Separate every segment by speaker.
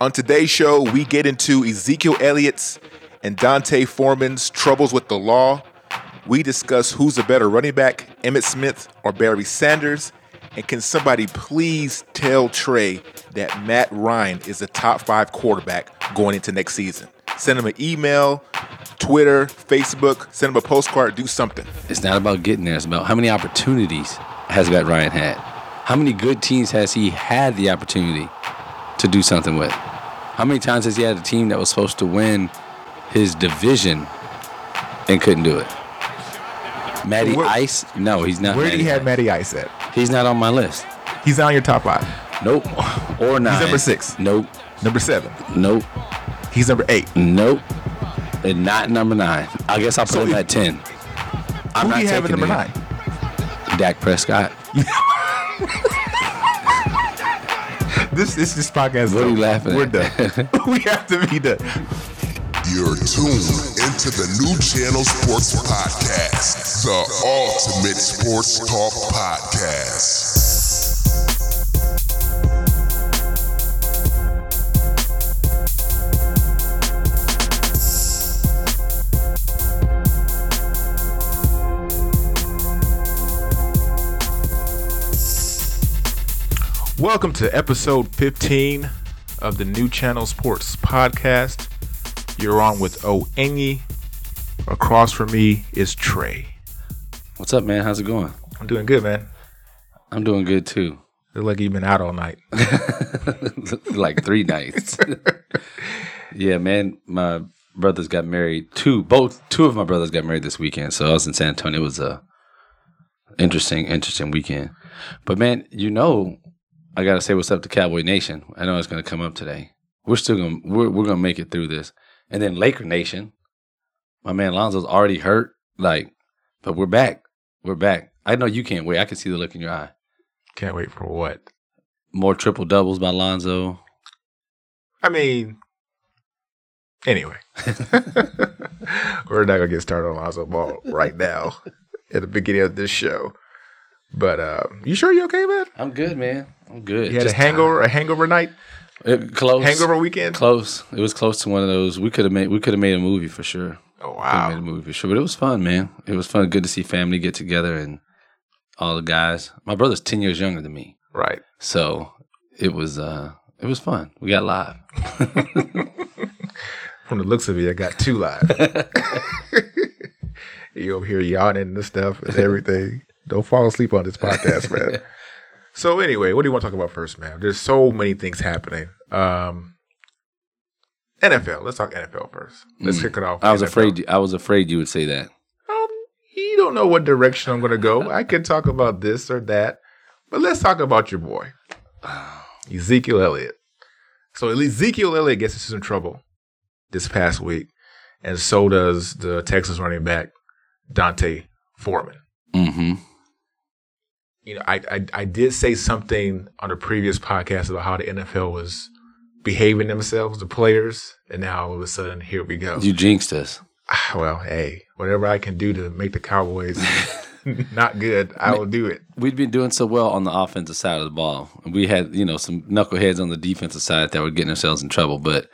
Speaker 1: On today's show, we get into Ezekiel Elliott's and Dante Foreman's troubles with the law. We discuss who's a better running back, Emmett Smith or Barry Sanders. And can somebody please tell Trey that Matt Ryan is a top five quarterback going into next season? Send him an email, Twitter, Facebook, send him a postcard, do something.
Speaker 2: It's not about getting there. It's about how many opportunities has Matt Ryan had? How many good teams has he had the opportunity to do something with? How many times has he had a team that was supposed to win his division and couldn't do it? Matty
Speaker 1: Where-
Speaker 2: Ice? No, he's not.
Speaker 1: Where did
Speaker 2: Matty
Speaker 1: he have
Speaker 2: Ice.
Speaker 1: Matty Ice at?
Speaker 2: He's not on my list.
Speaker 1: He's on your top five.
Speaker 2: Nope. Or nine.
Speaker 1: number six.
Speaker 2: Nope.
Speaker 1: Number seven.
Speaker 2: Nope.
Speaker 1: He's number eight.
Speaker 2: Nope. And not number nine. I guess I'll put
Speaker 1: So
Speaker 2: him
Speaker 1: if-
Speaker 2: at ten. I'm
Speaker 1: Who
Speaker 2: not
Speaker 1: do you have at
Speaker 2: taking
Speaker 1: number nine?
Speaker 2: him. Dak Prescott.
Speaker 1: This this this podcast. is
Speaker 2: What are you
Speaker 1: over.
Speaker 2: laughing
Speaker 1: We're
Speaker 2: at?
Speaker 1: done. we have to be done.
Speaker 3: You're tuned into the new channel sports podcast, the ultimate sports talk podcast.
Speaker 1: Welcome to episode 15 of the New Channel Sports Podcast. You're on with O Engie. Across from me is Trey.
Speaker 2: What's up, man? How's it going?
Speaker 1: I'm doing good, man.
Speaker 2: I'm doing good too.
Speaker 1: Look like you've been out all night.
Speaker 2: like three nights. yeah, man. My brothers got married. Two, both, two of my brothers got married this weekend. So I was in San Antonio. It was a interesting, interesting weekend. But man, you know, I gotta say what's up to Cowboy Nation. I know it's gonna come up today. We're still gonna we're we're gonna make it through this. And then Laker Nation, my man Lonzo's already hurt. Like, but we're back. We're back. I know you can't wait. I can see the look in your eye.
Speaker 1: Can't wait for what?
Speaker 2: More triple doubles by Lonzo.
Speaker 1: I mean, anyway, we're not gonna get started on Lonzo Ball right now at the beginning of this show. But uh, you sure you okay, man?
Speaker 2: I'm good, man. I'm good.
Speaker 1: You had
Speaker 2: Just
Speaker 1: a hangover, a hangover night,
Speaker 2: tired. It- close.
Speaker 1: hangover weekend.
Speaker 2: Close. It was close to one of those. We could have made. We could have made a movie for sure.
Speaker 1: Oh
Speaker 2: Could have made
Speaker 1: wow!
Speaker 2: a movie for sure. But it was fun, man. It was fun. Good to see family get together and all the guys. My brother's ten years younger than me,
Speaker 1: Right.
Speaker 2: so it was. uh It was fun. We got live.
Speaker 1: From the looks of it, I got two live. you over here yawning and stuff and everything. Don't fall asleep on this podcast, man. So anyway, what do you want to talk about first, man? There's so many things happening. Um NFL. Let's talk NFL first. Let's
Speaker 2: Mm.
Speaker 1: kick it off.
Speaker 2: I was
Speaker 1: NFL.
Speaker 2: afraid. I was afraid you would say that.
Speaker 1: Um, you don't know what direction I'm gonna go. I could talk about this or that, but let's talk about your boy, Ezekiel Elliott. So Ezekiel Elliott gets into some trouble this past week, and so does the Texas running back Dante Foreman.
Speaker 2: Mm-hmm.
Speaker 1: You know, I I, I did say something on a previous podcast about how the NFL was behaving themselves, the players, and now all of a sudden here we go.
Speaker 2: You jinxed us.
Speaker 1: Ah, well, hey, whatever I can do to make the Cowboys not good, I will do it.
Speaker 2: We'd been doing so well on the offensive side of the ball. We had, you know, some knuckleheads on the defensive side that were getting themselves in trouble. But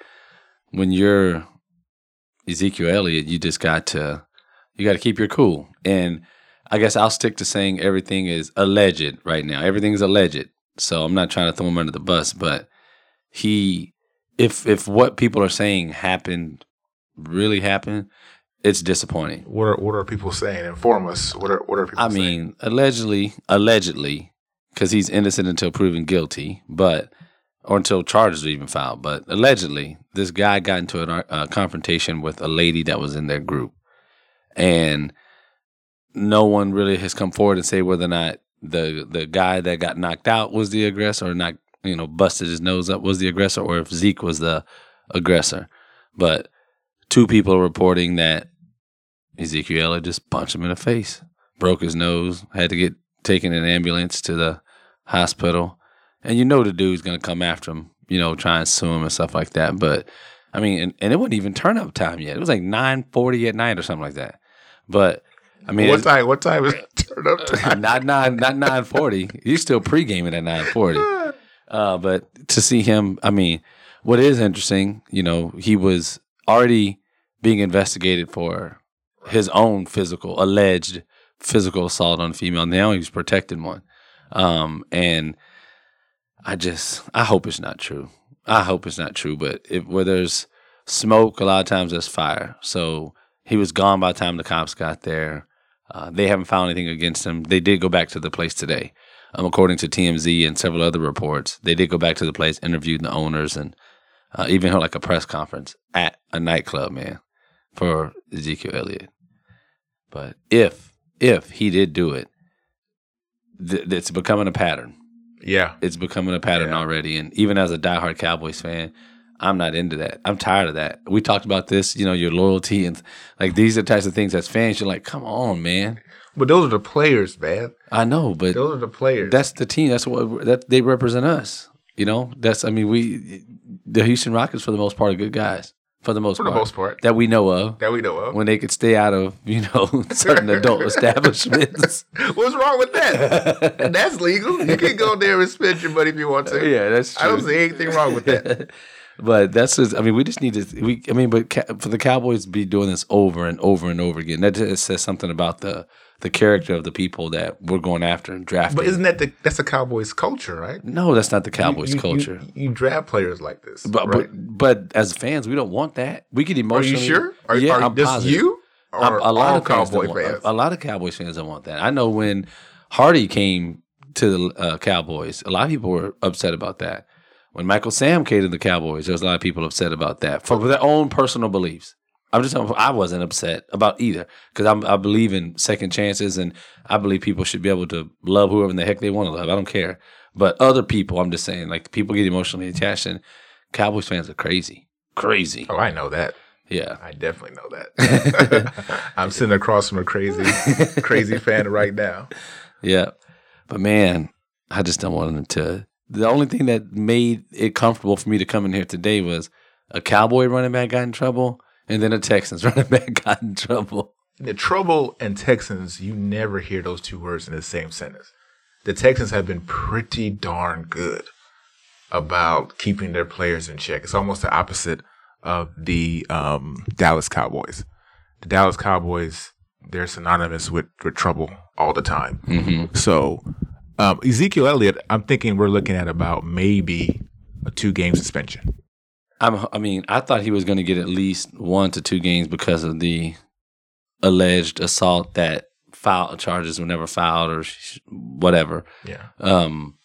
Speaker 2: when you're Ezekiel Elliott, you just got to you got to keep your cool. And I guess I'll stick to saying everything is alleged right now. Everything's alleged. So I'm not trying to throw him under the bus, but he if if what people are saying happened really happened, it's disappointing.
Speaker 1: What are what are people saying? Inform us. What are what are people
Speaker 2: I
Speaker 1: saying?
Speaker 2: mean, allegedly, allegedly, because he's innocent until proven guilty, but or until charges are even filed. But allegedly, this guy got into a uh, confrontation with a lady that was in their group, and no one really has come forward and say whether or not the the guy that got knocked out was the aggressor or not. You know, busted his nose up was the aggressor, or if Zeke was the aggressor. But two people are reporting that Ezekiel Elliott just punched him in the face broke his nose, had to get taken in an ambulance to the hospital. And you know the dude's gonna come after him, you know, try and sue him and stuff like that. But I mean, and, and it wasn't even turn up time yet. It was like nine forty at night or something like that. But I mean, Uh,
Speaker 1: what time? What time is turn up time?
Speaker 2: not nine, not nine forty. He's still pre gaming at nine forty. Uh, but to see him, I mean, What is interesting, you know, he was already being investigated for his own physical, alleged physical assault on a female. Now he's protecting one. Um, and I just, I hope it's not true. I hope it's not true, but it, where there's smoke, a lot of times there's fire. So he was gone by the time the cops got there. Uh, they haven't found anything against him. They did go back to the place today. Um, according to TMZ and several other reports, they did go back to the place, interviewed the owners, and uh, even held like a press conference at a nightclub, man, for Ezekiel Elliott. But if if he did do it, th- it's becoming a pattern.
Speaker 1: Yeah.
Speaker 2: It's becoming a pattern
Speaker 1: Yeah.
Speaker 2: already. And even as a diehard Cowboys fan, I'm not into that. I'm tired of that. We talked about this, you know, your loyalty and like these are types of things as fans, you're like, come on, man.
Speaker 1: But those are the players, man.
Speaker 2: I know, but
Speaker 1: Those are the players.
Speaker 2: that's the team. That's what that they represent us. You know, that's I mean we the Houston Rockets for the most part are good guys for the most
Speaker 1: For the
Speaker 2: part
Speaker 1: most part.
Speaker 2: that we know of
Speaker 1: that we know of.
Speaker 2: when they could stay out of you know certain adult establishments.
Speaker 1: What's wrong with that? That's legal. You can go there and spend your money if you want to.
Speaker 2: yeah, that's
Speaker 1: I don't see anything wrong with that.
Speaker 2: But that's just, I mean, we just need to, we, I mean, but ca- for the Cowboys to be doing this over and over and over again, that just says something about the the character of the people that we're going after and drafting.
Speaker 1: But isn't that the that's a Cowboys culture, right?
Speaker 2: no, that's not the
Speaker 1: You-
Speaker 2: Cowboys
Speaker 1: you- you-
Speaker 2: culture.
Speaker 1: You, draft players like this.
Speaker 2: But,
Speaker 1: right?
Speaker 2: but but as fans, we don't want that. We get
Speaker 1: are
Speaker 2: emotionally.
Speaker 1: you sure? Are,
Speaker 2: yeah,
Speaker 1: are
Speaker 2: I'm
Speaker 1: this
Speaker 2: positive.
Speaker 1: you? Or
Speaker 2: I'm- a lot
Speaker 1: all
Speaker 2: of fans don't
Speaker 1: Cowboy
Speaker 2: want-
Speaker 1: fans?
Speaker 2: A, a lot of Cowboys fans don't want that. I know when Hardy came to the uh, Cowboys, a lot of people were upset about that. When Michael Sam came to the Cowboys, there was a lot of people upset about that for their own personal beliefs. I'm just I wasn't upset about either because I believe in second chances and I believe people should be able to love whoever in the heck they want to love. I don't care. But other people, I'm just saying, like people get emotionally attached and Cowboys fans are crazy. Crazy.
Speaker 1: oh, I know that.
Speaker 2: Yeah.
Speaker 1: I definitely know that. I'm sitting across from a crazy, crazy fan right now.
Speaker 2: Yeah. But man, I just don't want them to. The only thing that made it comfortable for me to come in here today was a Cowboy running back got in trouble and then a Texans running back got in trouble.
Speaker 1: The trouble and Texans, you never hear those two words in the same sentence. The Texans have been pretty darn good about keeping their players in check. It's almost the opposite of the um, Dallas Cowboys. The Dallas Cowboys, they're synonymous with, with trouble all the time.
Speaker 2: Mm-hmm.
Speaker 1: So um, Ezekiel Elliott, I'm thinking we're looking at about maybe a two game suspension.
Speaker 2: I'm, I mean, I thought he was going to get at least one to two games because of the alleged assault that filed charges were never filed or sh- whatever.
Speaker 1: Yeah.
Speaker 2: Um,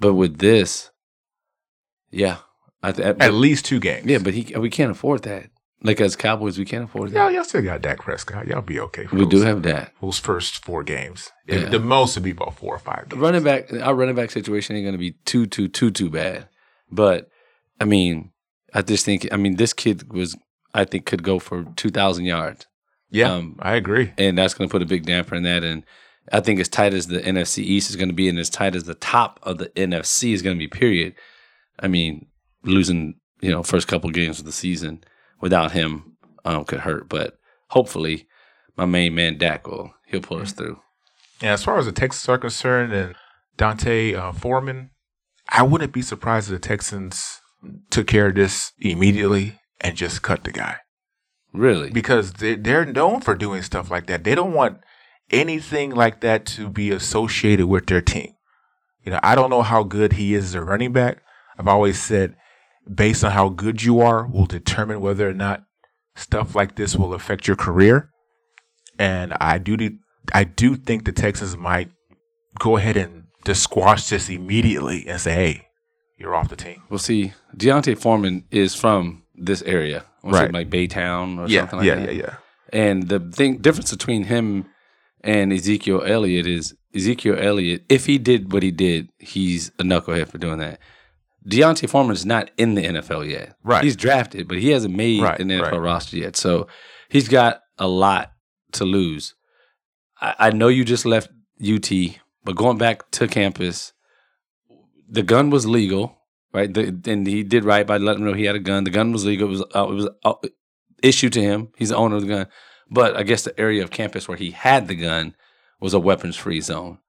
Speaker 2: but with this, yeah, I th-
Speaker 1: At least two games.
Speaker 2: yeah, but he we can't afford that. Like as Cowboys, we can't afford that.
Speaker 1: Y'all, y'all still got Dak Prescott. Y'all be okay. for
Speaker 2: We do
Speaker 1: those-
Speaker 2: have that.
Speaker 1: those first four games.
Speaker 2: Yeah.
Speaker 1: The most would be about four or five games.
Speaker 2: Running back, our running back situation ain't going to be too, too, too, too bad. But I mean, I just think, I mean, this kid was, I think, could go for 2,000 yards.
Speaker 1: Yeah,
Speaker 2: Um,
Speaker 1: I agree.
Speaker 2: And that's going to put a big damper in that. And I think as tight as the NFC East is going to be and as tight as the top of the NFC is going to be, period. I mean, losing, you know, first couple games of the season without him um, could hurt. But hopefully, my main man, Dak, will, he'll pull us through.
Speaker 1: And as far as the Texans are concerned, and Dante uh, Foreman, I wouldn't be surprised if the Texans took care of this immediately and just cut the guy
Speaker 2: Really?
Speaker 1: because they, they're known for doing stuff like that. They don't want anything like that to be associated with their team. You know, I don't know how good he is as a running back. I've always said, based on how good you are, will determine whether or not stuff like this will affect your career. And I do, I do think the Texans might go ahead and just squash this immediately and say, "Hey, you're off the team."
Speaker 2: Well, see, Deontay Foreman is from this area, Was it
Speaker 1: Right.
Speaker 2: Like Baytown or something like
Speaker 1: yeah,
Speaker 2: that.
Speaker 1: yeah, yeah.
Speaker 2: And the thing difference between him and Ezekiel Elliott is Ezekiel Elliott. If he did what he did, he's a knucklehead for doing that. Deontay Foreman is not in the NFL yet.
Speaker 1: Right.
Speaker 2: He's drafted, but he hasn't made
Speaker 1: Right,
Speaker 2: an NFL
Speaker 1: right.
Speaker 2: roster yet. So he's got a lot to lose. I, I know you just left UT, but going back to campus, the gun was legal, right? The, and he did right by letting him know he had a gun. The gun was legal. It was uh, it was uh, issued to him. He's the owner of the gun. But I guess the area of campus where he had the gun was a weapons free zone,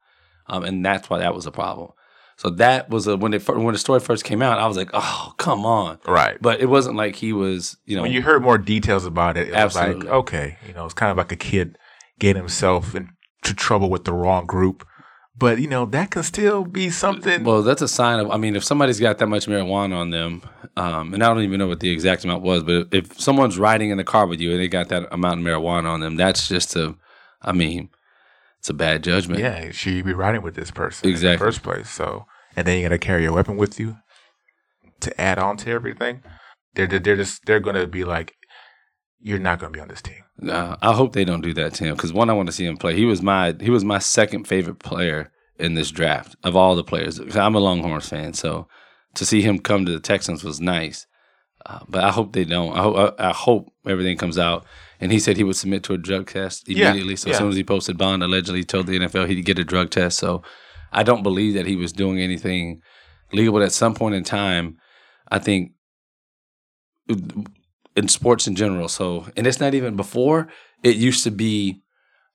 Speaker 2: um, and that's why that was a problem. So that was a, when it fir- when the story first came out, I was like, oh come on,
Speaker 1: Right.
Speaker 2: But it wasn't like he was, you know,
Speaker 1: when you heard more details about it, it was
Speaker 2: Absolutely.
Speaker 1: like, okay, you know, it's kind of like a kid getting himself into trouble with the wrong group. But, you know, that can still be something.
Speaker 2: Well, that's a sign of. I mean, if somebody's got that much marijuana on them, um, and I don't even know what the exact amount was, but if someone's riding in the car with you and they got that amount of marijuana on them, that's just a. I mean, it's a bad judgment.
Speaker 1: yeah, should you be riding with this person in the
Speaker 2: Exactly.
Speaker 1: first place? So, and then you got to carry a weapon with you to add on to everything. They're, they're they're just, they're going to be like, you're not going to be on this team.
Speaker 2: Uh, I hope they don't do that to him because one, I want to see him play. He was my he was my second favorite player in this draft of all the players. 'Cause I'm a Longhorns fan, so to see him come to the Texans was nice. Uh, but I hope they don't. I, ho- I, I hope everything comes out. And he said he would submit to a drug test
Speaker 1: Yeah,
Speaker 2: immediately. so as
Speaker 1: yeah.
Speaker 2: soon as he posted bond, allegedly he told the NFL he'd get a drug test. So I don't believe that he was doing anything legal. But at some point in time, I think in sports in general. So, and it's not even before it used to be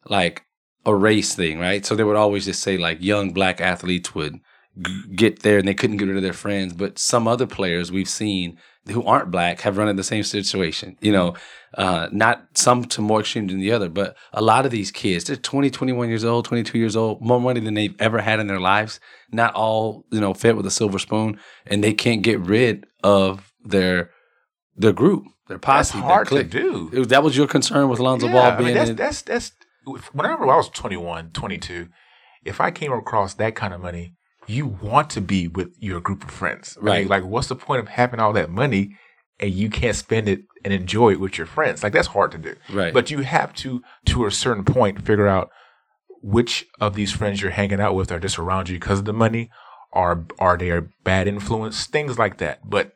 Speaker 2: like a race thing, right? So they would always just say like young black athletes would g- get there and they couldn't get rid of their friends. But some other players we've seen who aren't black have run in the same situation, you know, uh, not some to more extreme than the other, but a lot of these kids, they're 20, 21 years old, 22 years old, more money than they've ever had in their lives, not all, you know, fed with a silver spoon and they can't get rid of their, their group, their posse,
Speaker 1: That's hard
Speaker 2: their
Speaker 1: to
Speaker 2: clique.
Speaker 1: do.
Speaker 2: It- That was your concern with Lonzo
Speaker 1: Yeah,
Speaker 2: Ball
Speaker 1: I
Speaker 2: being
Speaker 1: mean, that's,
Speaker 2: in,
Speaker 1: that's that's whenever I was 21, 22, if I came across that kind of money, you want to be with your group of friends, I mean,
Speaker 2: Right.
Speaker 1: like, what's the point of having all that money and you can't spend it and enjoy it with your friends? Like, that's hard to do.
Speaker 2: Right.
Speaker 1: But you have to, to a certain point, figure out which of these friends you're hanging out with are just around you because of the money. Are are they a bad influence? Things like that. But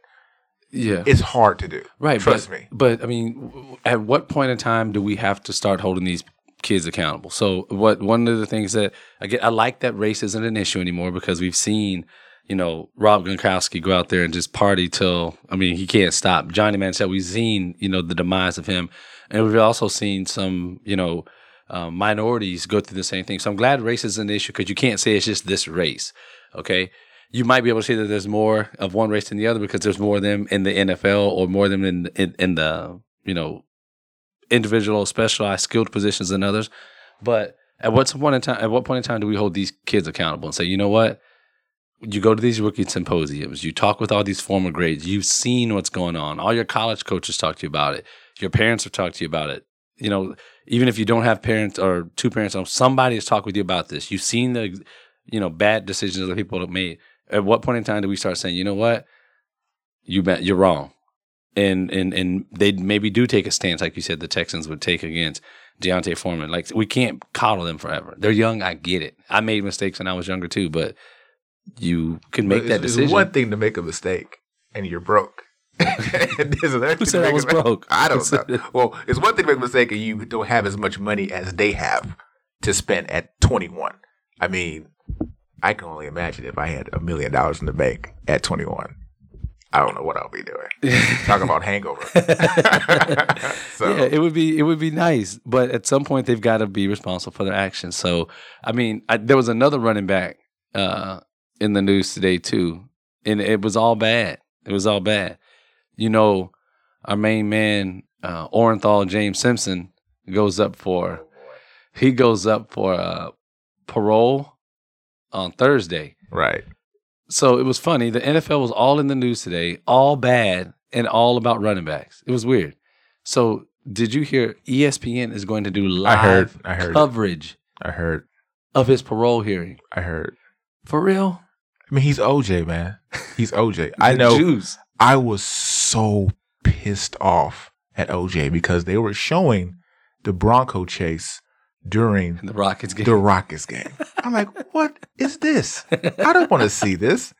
Speaker 2: yeah.
Speaker 1: it's hard to do.
Speaker 2: Right.
Speaker 1: Trust
Speaker 2: but,
Speaker 1: me.
Speaker 2: But I mean, w- w- at what point in time do we have to start holding these kids accountable? So what? One of the things that I get, I like that race isn't an issue anymore because we've seen, you know, Rob Gronkowski go out there and just party till I mean he can't stop. Johnny Manziel, we've seen you know the demise of him, and we've also seen some you know. Uh, minorities go through the same thing. So I'm glad race is an issue because you can't say it's just this race. Okay you might be able to see that there's more of one race than the other because there's more of them in the NFL or more of them in in, in the you know individual specialized skilled positions than others. But at what point in time at what point in time do we hold these kids accountable and say, you know what? You go to these rookie symposiums, you talk with all these former grades, you've seen what's going on. All your college coaches talk to you about it. Your parents have talked to you about it. You know, even if you don't have parents or two parents, um, somebody has talked with you about this. You've seen the you know, bad decisions other people have made. At what point in time do we start saying, you know what, you bet you're wrong, and and and they maybe do take a stance like you said the Texans would take against Deontay Foreman. Like we can't coddle them forever. They're young. I get it. I made mistakes when I was younger too, but you can make
Speaker 1: But
Speaker 2: that
Speaker 1: it's-
Speaker 2: decision.
Speaker 1: It's one thing to make a mistake and you're broke. It is another
Speaker 2: Who
Speaker 1: thing to
Speaker 2: said I
Speaker 1: make a-
Speaker 2: was broke?
Speaker 1: I don't
Speaker 2: Who said
Speaker 1: know. Well, it's one thing to make a mistake and you don't have as much money as they have to spend at 21. I mean, I can only imagine if I had a million dollars in the bank at 21. I don't know what I'll be doing. Talk about hangover. so,
Speaker 2: Yeah, it would be it would be nice, but at some point they've got to be responsible for their actions. So, I mean, I, there was another running back uh, in the news today too, and it was all bad. It was all bad. You know, our main man uh, Orenthal James Simpson goes up for he goes up for uh, parole on Thursday.
Speaker 1: right.
Speaker 2: So it was funny. The NFL was all in the news today, all bad and all about running backs. It was weird. So did you hear E ESPN is going to do live
Speaker 1: I heard. I heard.
Speaker 2: coverage
Speaker 1: I heard.
Speaker 2: of his parole hearing?
Speaker 1: I heard.
Speaker 2: For real?
Speaker 1: I mean, he's OJ, man. He's OJ. I
Speaker 2: The
Speaker 1: know.
Speaker 2: Jews.
Speaker 1: I was so pissed off at OJ because they were showing the Bronco chase during
Speaker 2: And the Rockets game.
Speaker 1: the Rockets game. I'm like, what is this? I don't want to see this.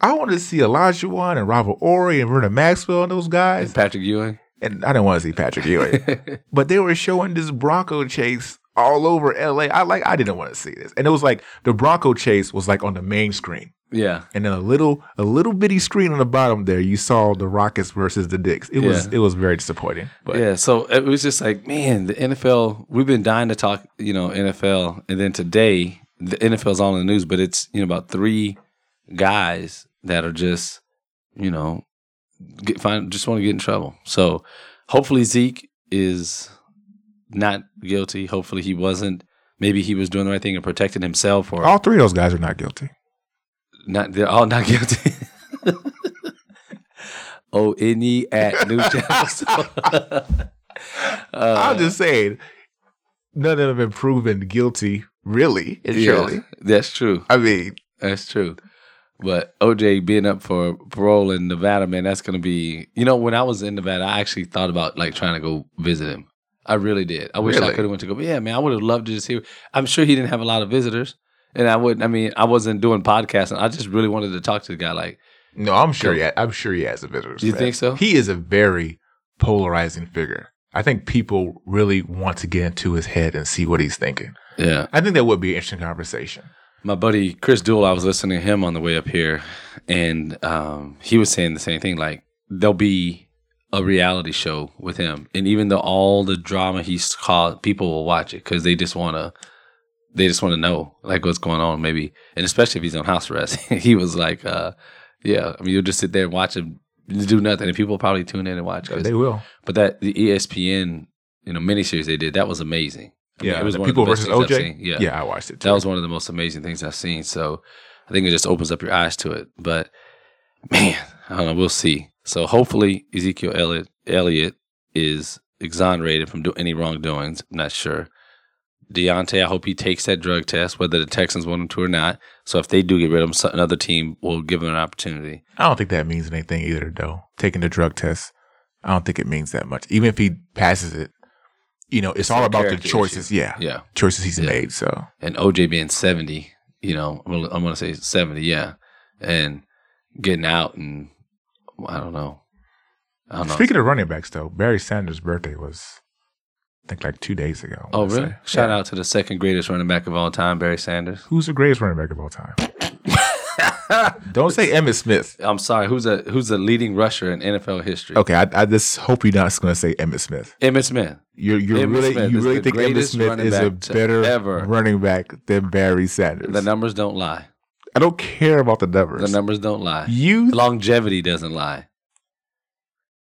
Speaker 1: I want to see Olajuwon and Robert Ory and Vernon Maxwell and those
Speaker 2: and
Speaker 1: guys.
Speaker 2: Patrick Ewing.
Speaker 1: And I didn't want to see Patrick Ewing. but they were showing this Bronco chase all over LA. I like I didn't want to see this. And it was like the Bronco chase was like on the main screen
Speaker 2: yeah.
Speaker 1: and then a little a little bitty screen on the bottom there you saw the rockets versus the dicks it was
Speaker 2: Yeah.
Speaker 1: it was very disappointing but
Speaker 2: yeah, so it was just like, man, the NFL. We've been dying to talk, you know, NFL, and then today the NFL's all in the news, but it's you know about three guys that are just, you know, get find just want to get in trouble. So hopefully Zeke is not guilty. Hopefully he wasn't. Maybe he was doing the right thing and protecting himself or
Speaker 4: All three of those guys are not guilty.
Speaker 2: not they're all not guilty. O N E at New Uh, Channels.
Speaker 1: I'm just saying, none of them have been proven guilty, really, and surely.
Speaker 2: That's true.
Speaker 1: I mean,
Speaker 2: That's true. But OJ being up for parole in Nevada, man, that's gonna be. You know, when I was in Nevada, I actually thought about like trying to go visit him. I really did. I wish I
Speaker 1: Really?
Speaker 2: could have went to go. But yeah, man, I would have loved to just hear. I'm sure he didn't have a lot of visitors, and I wouldn't. I mean, I wasn't doing podcasting. I just really wanted to talk to the guy. Like,
Speaker 1: no, I'm sure. Yeah, I'm sure he has the visitors.
Speaker 2: Do you
Speaker 1: man.
Speaker 2: think so?
Speaker 1: He is a very polarizing figure. I think people really want to get into his head and see what he's thinking.
Speaker 2: yeah,
Speaker 1: I think that would be an interesting conversation.
Speaker 2: My buddy Chris Duell, I was listening to him on the way up here, and um, he was saying the same thing. Like there'll be a reality show with him, and even though all the drama he's caused, people will watch it because they just want to, they just want to know like what's going on, maybe, and especially if he's on house arrest. he was like, uh, "Yeah, I mean, you'll just sit there and watch him do nothing, and people will probably tune in and watch." 'cause-
Speaker 1: will.
Speaker 2: but that the E ESPN, you know, miniseries they did that was amazing. I mean,
Speaker 1: Yeah,
Speaker 2: it was
Speaker 1: the
Speaker 2: one of
Speaker 1: people versus
Speaker 2: best things I've
Speaker 1: OJ.
Speaker 2: seen. Yeah,
Speaker 1: yeah, I watched it. Too.
Speaker 2: that was one of the most amazing things I've seen. So I think it just opens up your eyes to it. But man, I don't know. We'll see. So hopefully Ezekiel Elliott, Elliott is exonerated from do- any wrongdoings. I'm not sure. Deontay, I hope he takes that drug test, whether the Texans want him to or not. So if they do get rid of him, so- another team will give him an opportunity.
Speaker 1: I don't think that means anything either, though. Taking the drug test, I don't think it means that much. Even if he passes it, you know, it's, all
Speaker 2: a
Speaker 1: about the
Speaker 2: character
Speaker 1: choices. Yeah,
Speaker 2: Yeah.
Speaker 1: choices he's
Speaker 2: Yeah.
Speaker 1: made. So
Speaker 2: and OJ being 70, you know, I'm gonna, I'm gonna say 70, yeah, and getting out and well, I don't know. I don't know.
Speaker 1: Speaking of running backs, though, Barry Sanders' birthday was, I think, like two days ago. I
Speaker 2: oh,
Speaker 1: wanna
Speaker 2: really?
Speaker 1: say.
Speaker 2: Shout out to the second greatest running back of all time, Barry Sanders.
Speaker 1: Who's the greatest running back of all time? Don't say Emmett Smith.
Speaker 2: I'm sorry, who's a who's the leading rusher in NFL history?
Speaker 1: Okay, I, I just hope you're not going to say Emmett Smith.
Speaker 2: Emmitt Smith.
Speaker 1: You're, you're
Speaker 2: Emmitt
Speaker 1: really,
Speaker 2: Smith
Speaker 1: you
Speaker 2: is
Speaker 1: really
Speaker 2: the
Speaker 1: think Emmett
Speaker 2: greatest
Speaker 1: Smith
Speaker 2: running
Speaker 1: is a
Speaker 2: back to
Speaker 1: better
Speaker 2: ever-
Speaker 1: running back than Barry Sanders?
Speaker 2: The numbers don't lie.
Speaker 1: I don't care about the numbers.
Speaker 2: The numbers don't lie.
Speaker 1: you
Speaker 2: Longevity doesn't lie.